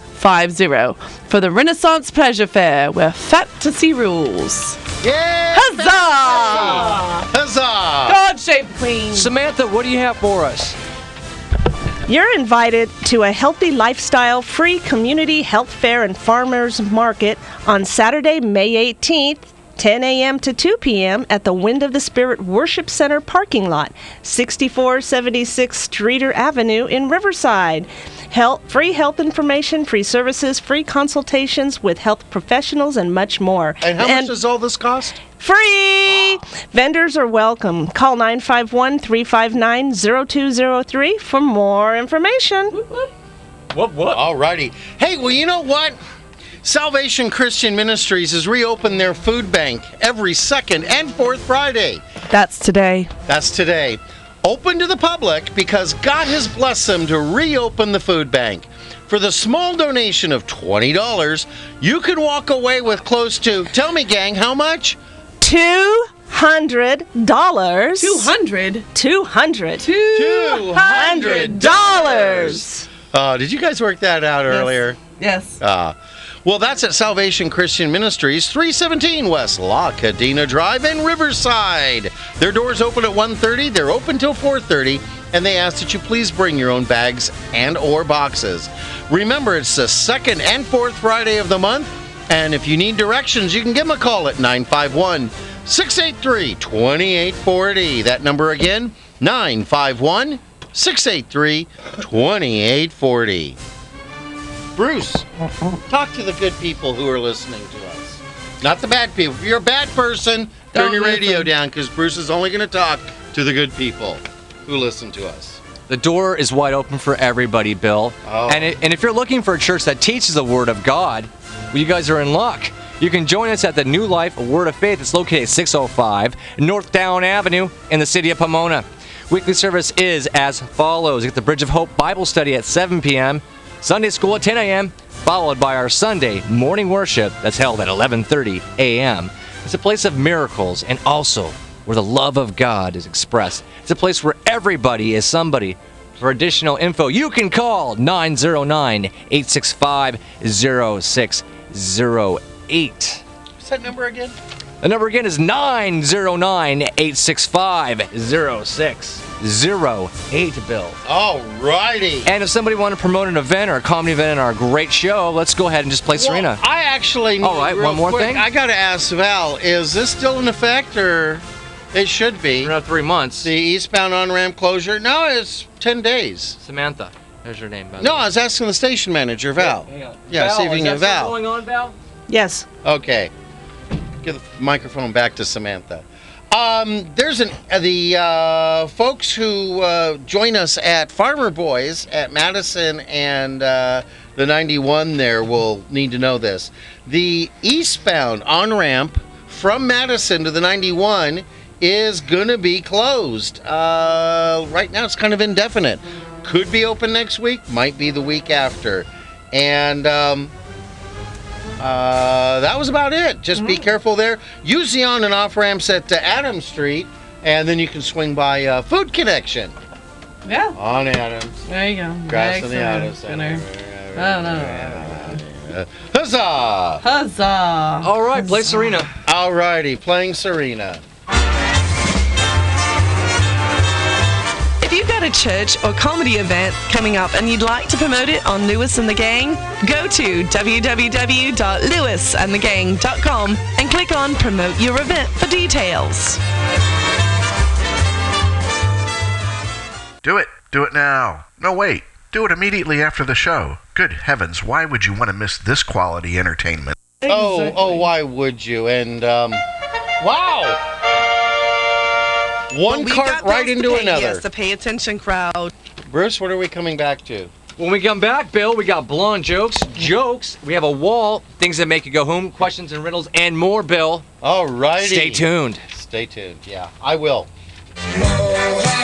A: for the Renaissance Pleasure Fair where fantasy rules.
D: Yeah!
A: Huzzah!
D: Huzzah!
A: God shape queen.
C: Samantha, what do you have for us?
B: You're invited to a healthy lifestyle free community health fair and farmers market on Saturday, May 18th. 10 a.m. to 2 p.m. at the Wind of the Spirit Worship Center parking lot, 6476 Streeter Avenue in Riverside. Health, free health information, free services, free consultations with health professionals, and much more.
D: And how much does all this cost?
B: Free! Vendors are welcome. Call 951 359 0203 for more information.
D: What? What? Alrighty. Hey, well, you know what? Salvation Christian Ministries has reopened their food bank every second and fourth Friday.
A: That's today.
D: That's today. Open to the public because God has blessed them to reopen the food bank. For the small donation of $20, you can walk away with close to, tell me, gang, how much?
B: Two hundred dollars. Two
A: hundred.
B: Two hundred.
D: Two hundred
B: dollars.
D: Uh, did you guys work that out earlier?
A: Yes.
D: Uh, well, that's at Salvation Christian Ministries, 317 West La Cadena Drive in Riverside. Their doors open at 1.30. They're open till 4.30, and they ask that you please bring your own bags and or boxes. Remember, it's the second and fourth Friday of the month, and if you need directions, you can give them a call at 951 683 2840. That number again, 951 683 2840. Bruce, talk to the good people who are listening to us. Not the bad people. If you're a bad person, turn
C: Don't
D: your radio
C: listen.
D: down because Bruce is only going to talk to the good people who listen to us.
C: The door is wide open for everybody, Bill. And, it, and if you're looking for a church that teaches the Word of God, well, you guys are in luck. You can join us at the New Life Word of Faith. It's located at 605 North Down Avenue in the city of Pomona. Weekly service is as follows. You get the Bridge of Hope Bible study at 7 p.m., Sunday school at 10 a.m., followed by our Sunday morning worship that's held at 11:30 a.m. It's a place of miracles and also where the love of God is expressed. It's a place where everybody is somebody. For additional info, you can call 909-865-0608.
D: What's that number again?
C: The number again is 909 865 0608, Bill.
D: Alrighty.
C: And if somebody wanted to promote an event or a comedy event in our great show, let's go ahead and just play Serena.
D: I actually need
C: All right,
D: real
C: one more
D: quick,
C: thing?
D: I got to ask Val, is this still in effect or it should be?
C: Another three months.
D: The eastbound on ramp closure? No, it's 10 days.
C: Samantha, there's your name, by the
D: No,
C: way.
D: I was asking the station manager, Val.
C: Hang on.
D: Yeah,
C: Val,
D: see if you
C: is
D: can
C: that
D: get
C: still
D: Val.
C: going on, Val?
B: Yes.
D: Okay. Give the microphone back to Samantha. Um, there's an uh, the uh, folks who uh, join us at Farmer Boys at Madison and uh, the 91 there will need to know this. The eastbound on ramp from Madison to the 91 is gonna be closed. Uh, right now, it's kind of indefinite. Could be open next week. Might be the week after. And um, uh, that was about it. Just
A: Mm.
D: be careful there. Use the on and off ramps at uh, Adams Street, and then you can swing by uh, Food Connection
A: Yeah.
D: on Adams.
A: There you go.
D: Grass in the Adams. Uh, Huzzah!
A: Huzzah!
C: All right, play Serena.
D: All righty, playing Serena.
A: If you've got a church or comedy event coming up and you'd like to promote it on Lewis and the Gang, go to www.lewisandthegang.com and click on Promote Your Event for details.
F: Do it. Do it now. No, wait. Do it immediately after the show. Good heavens, why would you want to miss this quality entertainment?
D: Oh, oh, why would you? And um, wow, one
A: But we
D: cart
A: got
D: right
A: bills to
D: into
A: pay,
D: another.
A: Yes, the pay attention crowd.
D: Bruce, what are we coming back to?
C: When we come back, Bill, we got blonde jokes, jokes. We have a wall, things that make you go home, questions and riddles, and more, Bill.
D: All righty.
C: Stay tuned.
D: Stay tuned. Yeah, I will.
C: E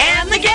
E: And the gang!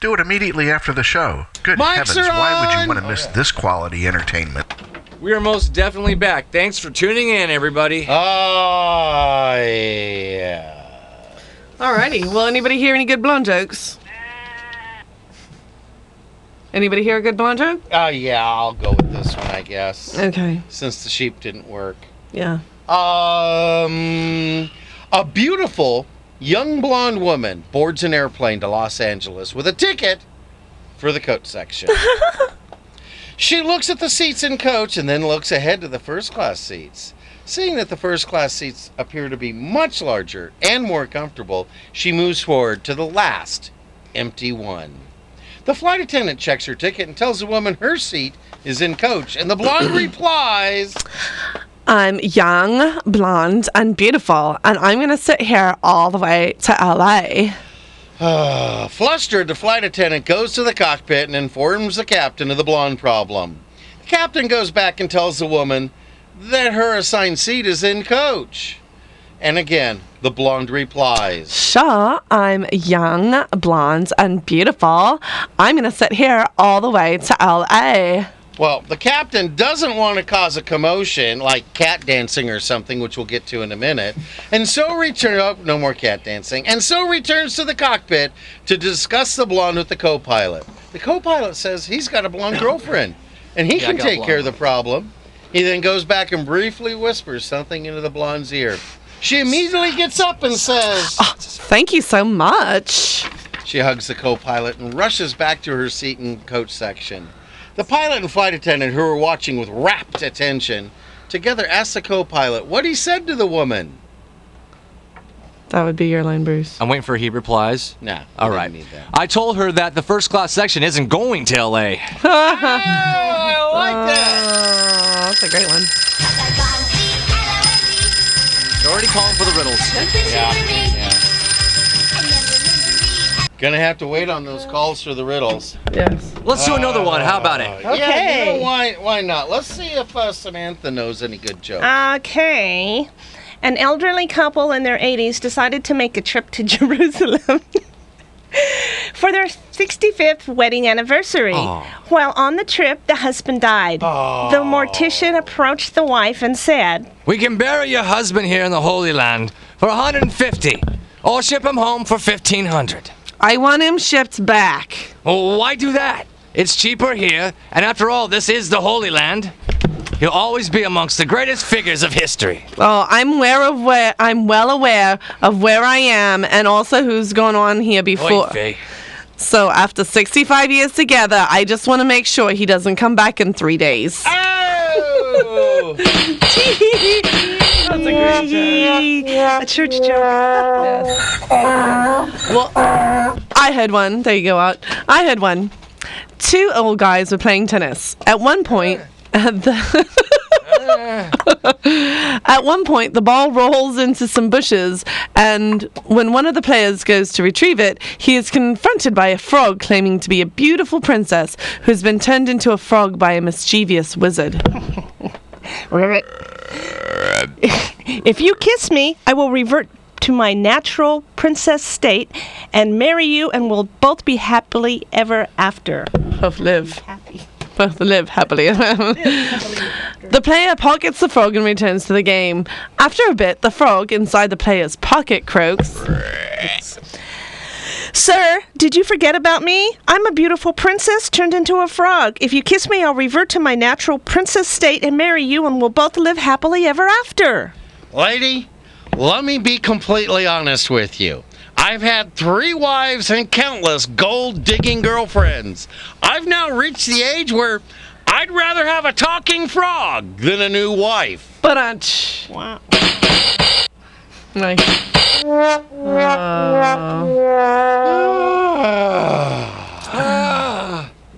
F: Do it immediately after the show. Good
C: Mics
F: heavens,
C: are
F: why would
C: on!
F: you want to miss this quality entertainment?
C: We are most definitely back. Thanks for tuning in, everybody.
D: Oh, yeah.
A: Alrighty. Well, anybody hear any good blonde jokes? Anybody hear a good blonde joke?
D: Oh, yeah, I'll go with this one, I guess.
A: Okay.
D: Since the sheep didn't work.
A: Yeah.
D: Um, a beautiful young blonde woman boards an airplane to Los Angeles with a ticket for the coat section. she looks at the seats in coach and then looks ahead to the first class seats. Seeing that the first class seats appear to be much larger and more comfortable, she moves forward to the last empty one. The flight attendant checks her ticket and tells the woman her seat is in coach, and the blonde replies,
A: I'm young, blonde, and beautiful, and I'm gonna sit here all the way to LA.
D: Ah, Flustered, the flight attendant goes to the cockpit and informs the captain of the blonde problem. The captain goes back and tells the woman that her assigned seat is in coach. And again, the blonde replies.
A: Sure, I'm young, blonde, and beautiful. I'm gonna sit here all the way to LA.
D: Well, the captain doesn't want to cause a commotion like cat dancing or something, which we'll get to in a minute, and so return. Oh, no more cat dancing, and so returns to the cockpit to discuss the blonde with the co-pilot. The co-pilot says he's got a blonde girlfriend, and he
C: Yeah, I
D: can
C: got
D: take care of
C: blonde.
D: the problem. He then goes back and briefly whispers something into the blonde's ear. She immediately gets up and says,
A: Thank you so much.
D: she hugs the co pilot and rushes back to her seat in coach section. The pilot and flight attendant, who were watching with rapt attention, together ask the co pilot what he said to the woman.
A: That would be your line, Bruce.
C: I'm waiting for he replies.
D: Nah.
C: All right. I told her that the first class section isn't going to LA.
A: Oh, I like that. Oh, that's a great one.
C: They're already calling for the riddles.
D: Yeah. Gonna have to wait on those calls for the riddles.
A: Yes.
C: Let's do another one. How about it?
D: Yeah, you
B: Okay.
D: know why? Why not? Let's see if uh, Samantha knows any good jokes.
B: Okay. An elderly couple in their 80s decided to make a trip to Jerusalem for their 65th wedding anniversary. While on the trip, the husband died. The mortician approached the wife and said,
C: We can bury your husband here in the Holy Land for 150, or ship him home for 1500.
A: I want him shipped back.
C: Well, why do that? It's cheaper here, and after all, this is the Holy Land. He'll always be amongst the greatest figures of history.
A: Oh, I'm aware of where I'm well aware of where I am and also who's going on here before.
C: Oy vey.
A: So after 65 years together, I just want to make sure he doesn't come back in three days.
B: Oh! That's a great joke. A church joke.
A: Well, I had one. There you go out. I had one. Two old guys were playing tennis. At one point, at the At one point, the ball rolls into some bushes, and when one of the players goes to retrieve it, he is confronted by a frog claiming to be a beautiful princess who's been turned into a frog by a mischievous wizard.
B: If you kiss me, I will revert to my natural princess state and marry you, and we'll both be happily ever after.
A: Both live. Happy. Both live happily. the player pockets the frog and returns to the game. After a bit, the frog inside the player's pocket croaks.
B: Sir, did you forget about me? I'm a beautiful princess turned into a frog. If you kiss me, I'll revert to my natural princess state and marry you, and we'll both live happily ever after.
D: Lady, let me be completely honest with you. I've had three wives and countless gold digging girlfriends. I've now reached the age where I'd rather have a talking frog than a new wife.
A: But unch.
B: Wow.
A: Nice.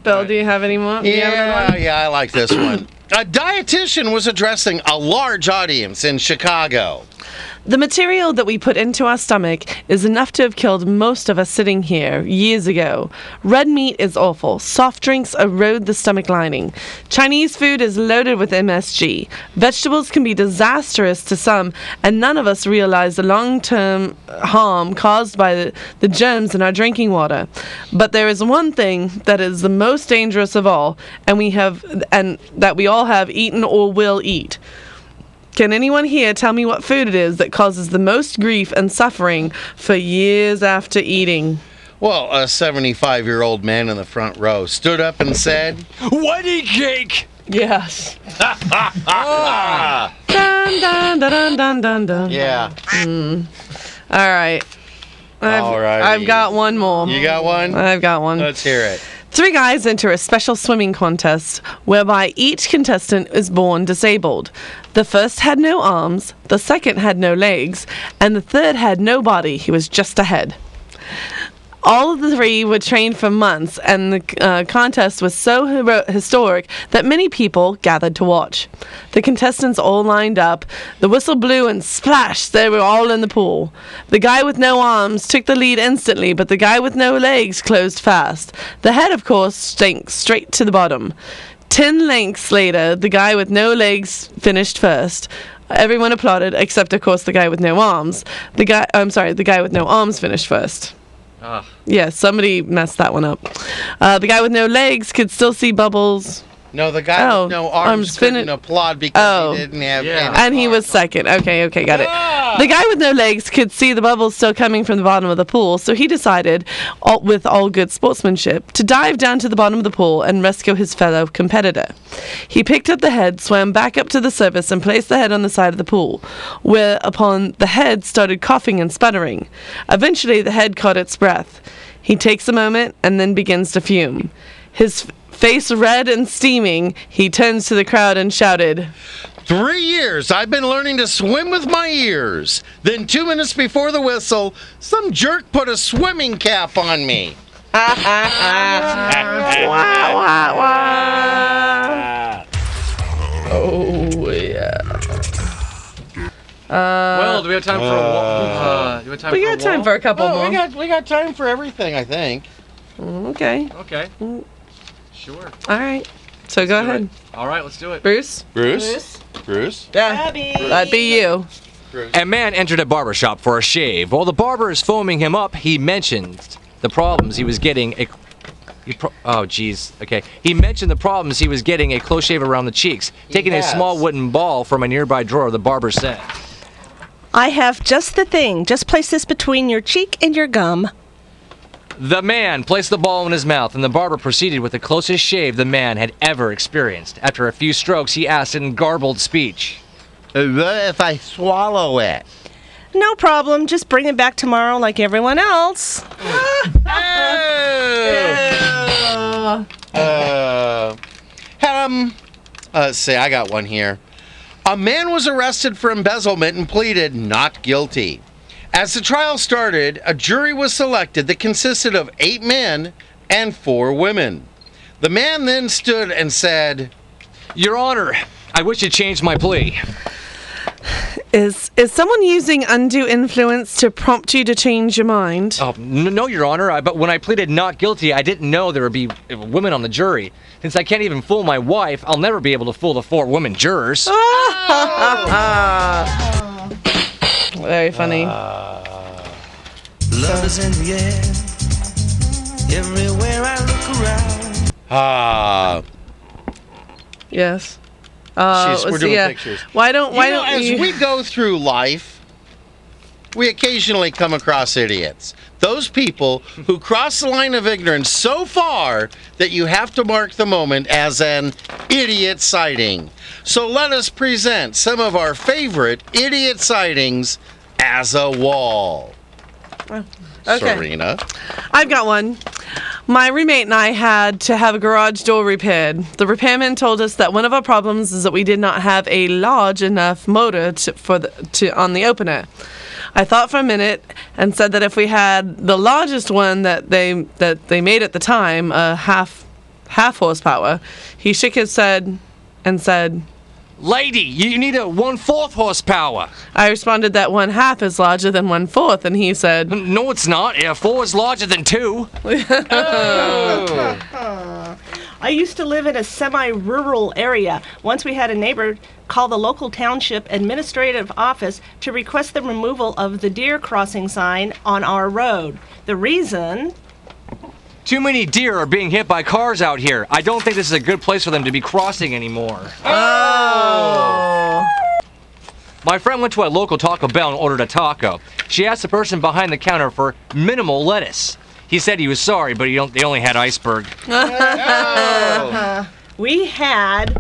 A: Bill, do you have any more? do you have another
D: Yeah, yeah, I like this one. A dietitian was addressing a large audience in Chicago.
A: The material that we put into our stomach is enough to have killed most of us sitting here years ago. Red meat is awful. Soft drinks erode the stomach lining. Chinese food is loaded with MSG. Vegetables can be disastrous to some, and none of us realize the long term harm caused by the, the germs in our drinking water. But there is one thing that is the most dangerous of all, and we have and that we all have eaten or will eat. Can anyone here tell me what food it is that causes the most grief and suffering for years after eating?
D: Well, a 75 year old man in the front row stood up and said,
C: Wedding cake!
A: Yes.
D: ah,
A: Dun dun dun dun dun dun. dun.
D: Yeah.
A: Mm. All right. I've,
D: Alrighty.
A: I've got one more.
D: You got one?
A: I've got one.
D: Let's hear it.
A: Three guys enter a special swimming contest whereby each contestant is born disabled. The first had no arms, the second had no legs, and the third had no body. He was just a head. All of the three were trained for months, and the uh, contest was so hero- historic that many people gathered to watch. The contestants all lined up. The whistle blew, and splash, they were all in the pool. The guy with no arms took the lead instantly, but the guy with no legs closed fast. The head, of course, sank straight to the bottom. Ten lengths later, the guy with no legs finished first. Everyone applauded, except, of course, the guy with no arms. The guy, I'm sorry, the guy with no arms finished first. Yeah, somebody messed that one up. Uh, the guy with no legs could still see bubbles.
D: No, the guy
A: Oh,
D: with no
A: arms
D: arms couldn't
A: fini-
D: applaud because he didn't have any.
A: And he was second. Okay, okay, got it. The guy with no legs could see the bubbles still coming from the bottom of the pool, so he decided, all, with all good sportsmanship, to dive down to the bottom of the pool and rescue his fellow competitor. He picked up the head, swam back up to the surface, and placed the head on the side of the pool, whereupon the head started coughing and sputtering. Eventually, the head caught its breath. He takes a moment and then begins to fume. His f- face red and steaming, he turns to the crowd and shouted,
D: Three years I've been learning to swim with my ears. Then, two minutes before the whistle, some jerk put a swimming cap on me.
A: Oh yeah.
C: well, do we have time for a wall? Uh, do we have time
A: we got
C: for a wall?
A: time for a couple
D: Oh,
A: more.
D: we got we got time for everything, I think.
A: Okay.
C: Okay. Sure.
A: All right. So go ahead.
C: All right, let's do it.
A: Bruce?
D: Bruce? Bruce?
A: Yeah. That'd be you.
C: A man entered a barber shop for a shave. While the barber is foaming him up, he mentioned the problems he was getting a. He pro- oh, jeez. Okay. He mentioned the problems he was getting a close shave around the cheeks. Taking a
B: has.
C: small wooden ball from a nearby drawer, the barber said.
B: I have just the thing. Just place this between your cheek and your gum.
C: The man placed the ball in his mouth, and the barber proceeded with the closest shave the man had ever experienced. After a few strokes, he asked in garbled speech,
D: "What Uh, if I swallow it?"
B: No problem. Just bring it back tomorrow like everyone else.
D: Uh, um, uh, let's see, I got one here. A man was arrested for embezzlement and pleaded not guilty. As the trial started, a jury was selected that consisted of eight men and four women. The man then stood and said,
C: "Your Honor, I wish you changed my plea."
A: Is is someone using undue influence to prompt you to change your mind?
C: Oh, n- no, Your Honor, I, but when I pleaded not guilty, I didn't know there would be uh, women on the jury. Since I can't even fool my wife, I'll never be able to fool the four women jurors.
A: Very funny.
E: Love is in the air. Everywhere I look around.
D: "Ah,
A: Yes. Uh,
D: She's- we're
A: let's
D: doing
A: see, yeah.
D: pictures.
A: Why don't Why
D: you know,
A: don't
D: as
A: you-
D: we go through life, we occasionally come across idiots. Those people who cross the line of ignorance so far that you have to mark the moment as an idiot sighting. So let us present some of our favorite idiot sightings as a wall.
A: Okay.
D: Serena.
A: I've got one. My roommate and I had to have a garage door repaired. The repairman told us that one of our problems is that we did not have a large enough motor to, for the, to on the opener. I thought for a minute and said that if we had the largest one that they that they made at the time, a half half horsepower, he shook his head and said,
C: "Lady, you need a one fourth horsepower."
A: I responded that one half is larger than one fourth, and he said,
C: No, it's not. Yeah, four is larger than two.
B: I used to live in a semi rural area. Once we had a neighbor call the local township administrative office to request the removal of the deer crossing sign on our road. The reason
C: Too many deer are being hit by cars out here. I don't think this is a good place for them to be crossing anymore.
A: Oh.
C: My friend went to a local Taco Bell and ordered a taco. She asked the person behind the counter for minimal lettuce. He said he was sorry, but he don't, they only had iceberg.
B: we had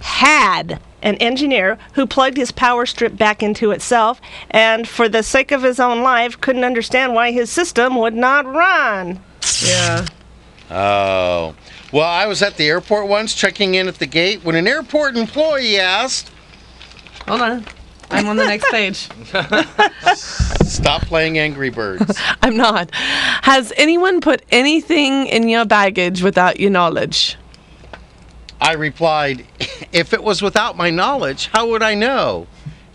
B: had an engineer who plugged his power strip back into itself and for the sake of his own life couldn't understand why his system would not run.
A: Yeah.
D: Oh. Well, I was at the airport once checking in at the gate when an airport employee asked,
A: Hold on. I'm on the next page.
D: Stop playing Angry Birds.
A: I'm not. Has anyone put anything in your baggage without your knowledge?
D: I replied, If it was without my knowledge, how would I know?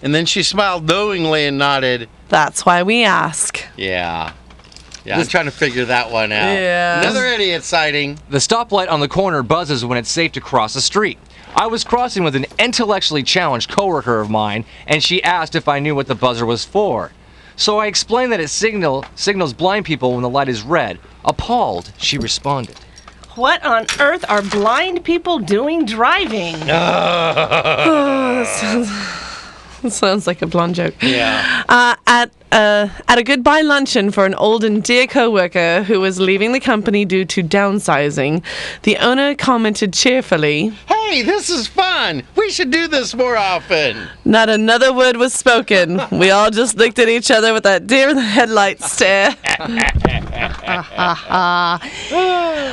D: And then she smiled knowingly and nodded,
A: That's why we ask.
D: Yeah. Yeah, I'm trying to figure that one out.
A: Yeah.
D: Another idiot sighting.
C: The stoplight on the corner buzzes when it's safe to cross the street. I was crossing with an intellectually challenged coworker of mine, and she asked if I knew what the buzzer was for. So I explained that it signal signals blind people when the light is red. Appalled, she responded.
B: What on earth are blind people doing driving?
A: Oh, that sounds, that sounds like a blonde joke.
D: Yeah.
A: Uh, at uh, at a goodbye luncheon for an old and dear coworker who was leaving the company due to downsizing, the owner commented cheerfully,
D: Hey, hey, this is fun. We should do this more often.
A: Not another word was spoken. We all just looked at each other with that deer in the headlights stare.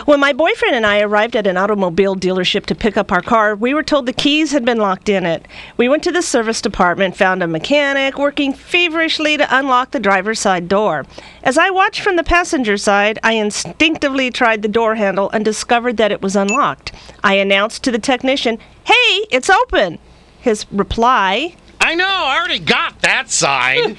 B: when my boyfriend and I arrived at an automobile dealership to pick up our car, we were told the keys had been locked in it. We went to the service department, found a mechanic working feverishly to unlock the driver's side door. As I watched from the passenger side, I instinctively tried the door handle and discovered that it was unlocked. I announced to the technician, Hey, it's open! His reply,
D: I know, I already got that side.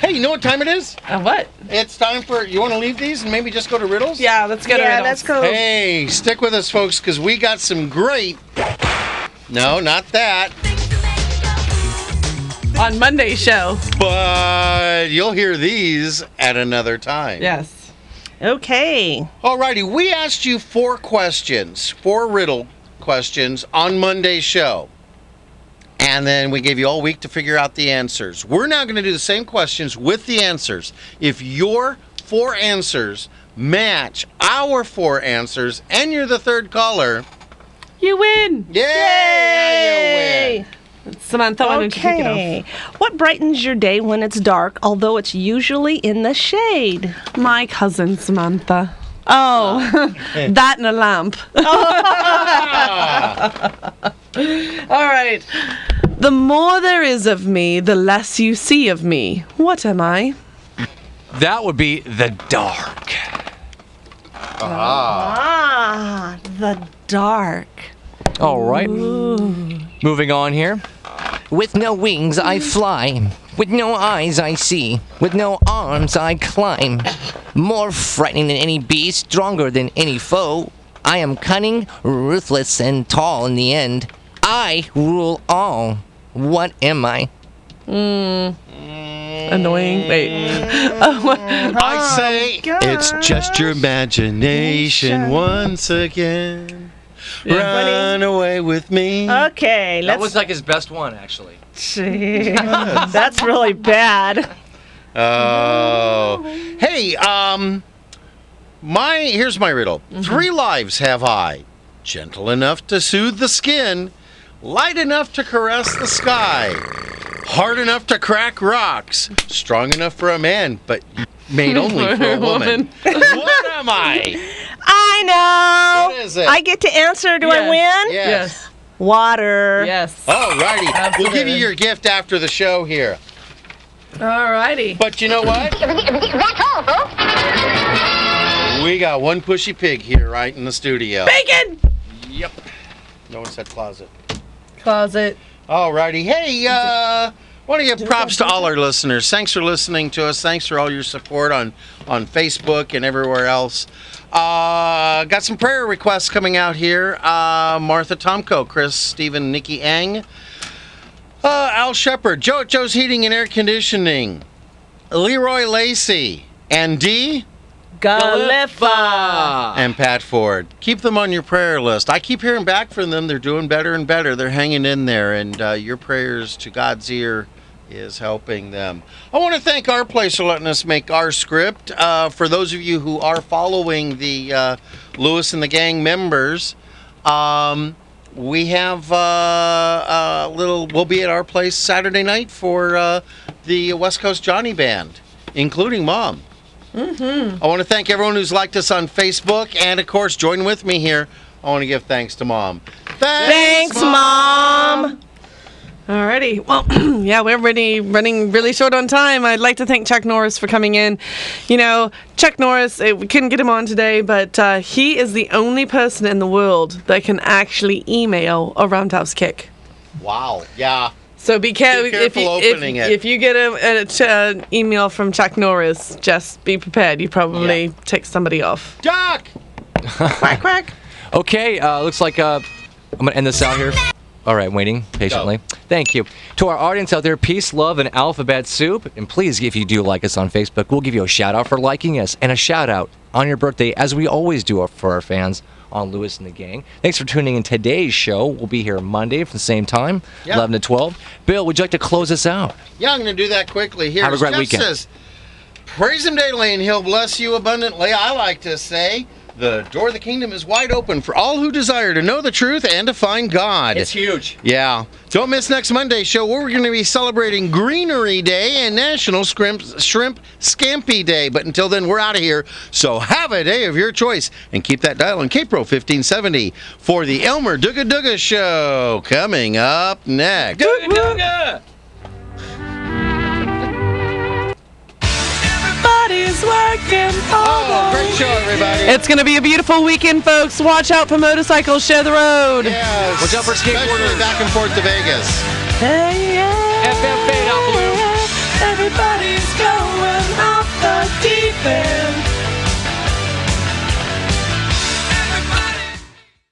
D: hey, you know what time it is?
A: Uh, what?
D: It's time for. You want to leave these and maybe just go to riddles?
A: Yeah, let's
B: go to Yeah, riddles. let's go.
D: Hey, stick with us, folks, because we got some great. No, not that.
A: On Monday's show.
D: But you'll hear these at another time.
A: Yes.
B: Okay.
D: Alrighty, we asked you four questions, four riddle questions on Monday's show. And then we gave you all week to figure out the answers. We're now going to do the same questions with the answers. If your four answers match our four answers and you're the third caller,
A: You win!
D: Yay!
B: You
A: win. Samantha, why don't you kick it off?
B: Okay. What brightens your day when it's dark, although it's usually in the shade?
A: My cousin Samantha. Oh, that and a lamp. All right. The more there is of me, the less you see of me. What am I?
C: That would be the dark.
B: Ah, the dark.
C: All right. Moving on here. With no wings, I fly. With no eyes, I see. With no arms, I climb. More frightening than any beast, stronger than any foe. I am cunning, ruthless, and tall in the end. I rule all. What am I?
A: Mm. Annoying. Wait. Oh, what-
D: I say it's just your imagination once again. Run away with
B: Oh,
D: me.
B: Okay, let's.
C: like his best one, actually.
B: Jeez, That's really bad.
D: Oh. Hey, um my here's my riddle. Three lives have I. Gentle enough to soothe the skin, light enough to caress the sky, hard enough to crack rocks, strong enough for a man, but made only for a woman. what am I?
B: I know.
D: What is it?
B: I get to answer. Do I win?
D: Yes.
B: Water.
A: Yes.
D: All righty. We'll give you your gift after the show here.
A: All righty.
D: But you know what? We got one pushy pig here right in the studio.
A: Bacon!
D: Yep. No one said closet.
A: Closet.
D: Alrighty. Hey, uh, want to give props to all our listeners. Thanks for listening to us. Thanks for all your support on on Facebook and everywhere else. Uh, got some prayer requests coming out here. Uh, Martha Tomko, Chris, Stephen, Nikki Ang, uh, Al Shepard, Joe at Joe's Heating and Air Conditioning, Leroy Lacey, and D.
B: Galifa.
D: and Pat Ford. Keep them on your prayer list. I keep hearing back from them. They're doing better and better. They're hanging in there, and uh, your prayers to God's ear is helping them. I want to thank our place for letting us make our script. Uh, for those of you who are following the uh, Lewis and the Gang members, um, we have uh, a little. We'll be at our place Saturday night for uh, the West Coast Johnny Band, including Mom. I want to thank everyone who's liked us on Facebook and, of course, join with me here. I want to give thanks to Mom. Thanks,
B: Mom.
A: Alrighty. Well, yeah, we're really running really short on time. I'd like to thank Chuck Norris for coming in. You know, Chuck Norris, eh, we couldn't get him on today, but uh, he is the only person in the world that can actually email a roundhouse kick.
D: Wow. Yeah.
A: So be, care-
D: Be
A: if you,
D: careful
A: if-
D: opening it.
A: If you get a, a ch- an email from Chuck Norris, just be prepared. You probably tick somebody off.
D: Chuck!
A: quack, quack.
C: Okay, uh, looks like uh, I'm gonna end this out here. All right, waiting patiently. Thank you to our audience out there. Peace, love, and alphabet soup. And please, if you do like us on Facebook, we'll give you a shout out for liking us and a shout out on your birthday, as we always do for our fans on Lewis and the Gang. Thanks for tuning in today's show. We'll be here Monday from the same time,
D: Yeah.
C: 11 to 12. Bill, would you like to close us out?
D: Yeah, I'm going to do that quickly here.
C: Have a great
D: Jeff
C: weekend.
D: says, Praise him daily and he'll bless you abundantly. I like to say, The door of the kingdom is wide open for all who desire to know the truth and to find God.
O: It's huge.
D: Yeah. Don't miss next Monday's show where we're going to be celebrating Greenery Day and National Shrimp, Shrimp Scampi Day. But until then, we're out of here. So have a day of your choice and keep that dial on KPRO 1570 for the Elmer Duga Duga Show coming up next.
O: Duga Duga!
A: Body's working
D: Oh, great show, everybody.
A: It's going to be a beautiful weekend, folks. Watch out for motorcycles. Share the road.
D: Yes. Watch out for skateboarders. Back and forth to Vegas.
A: Hey, yeah.
O: FFA,
A: Everybody's going off the deep end.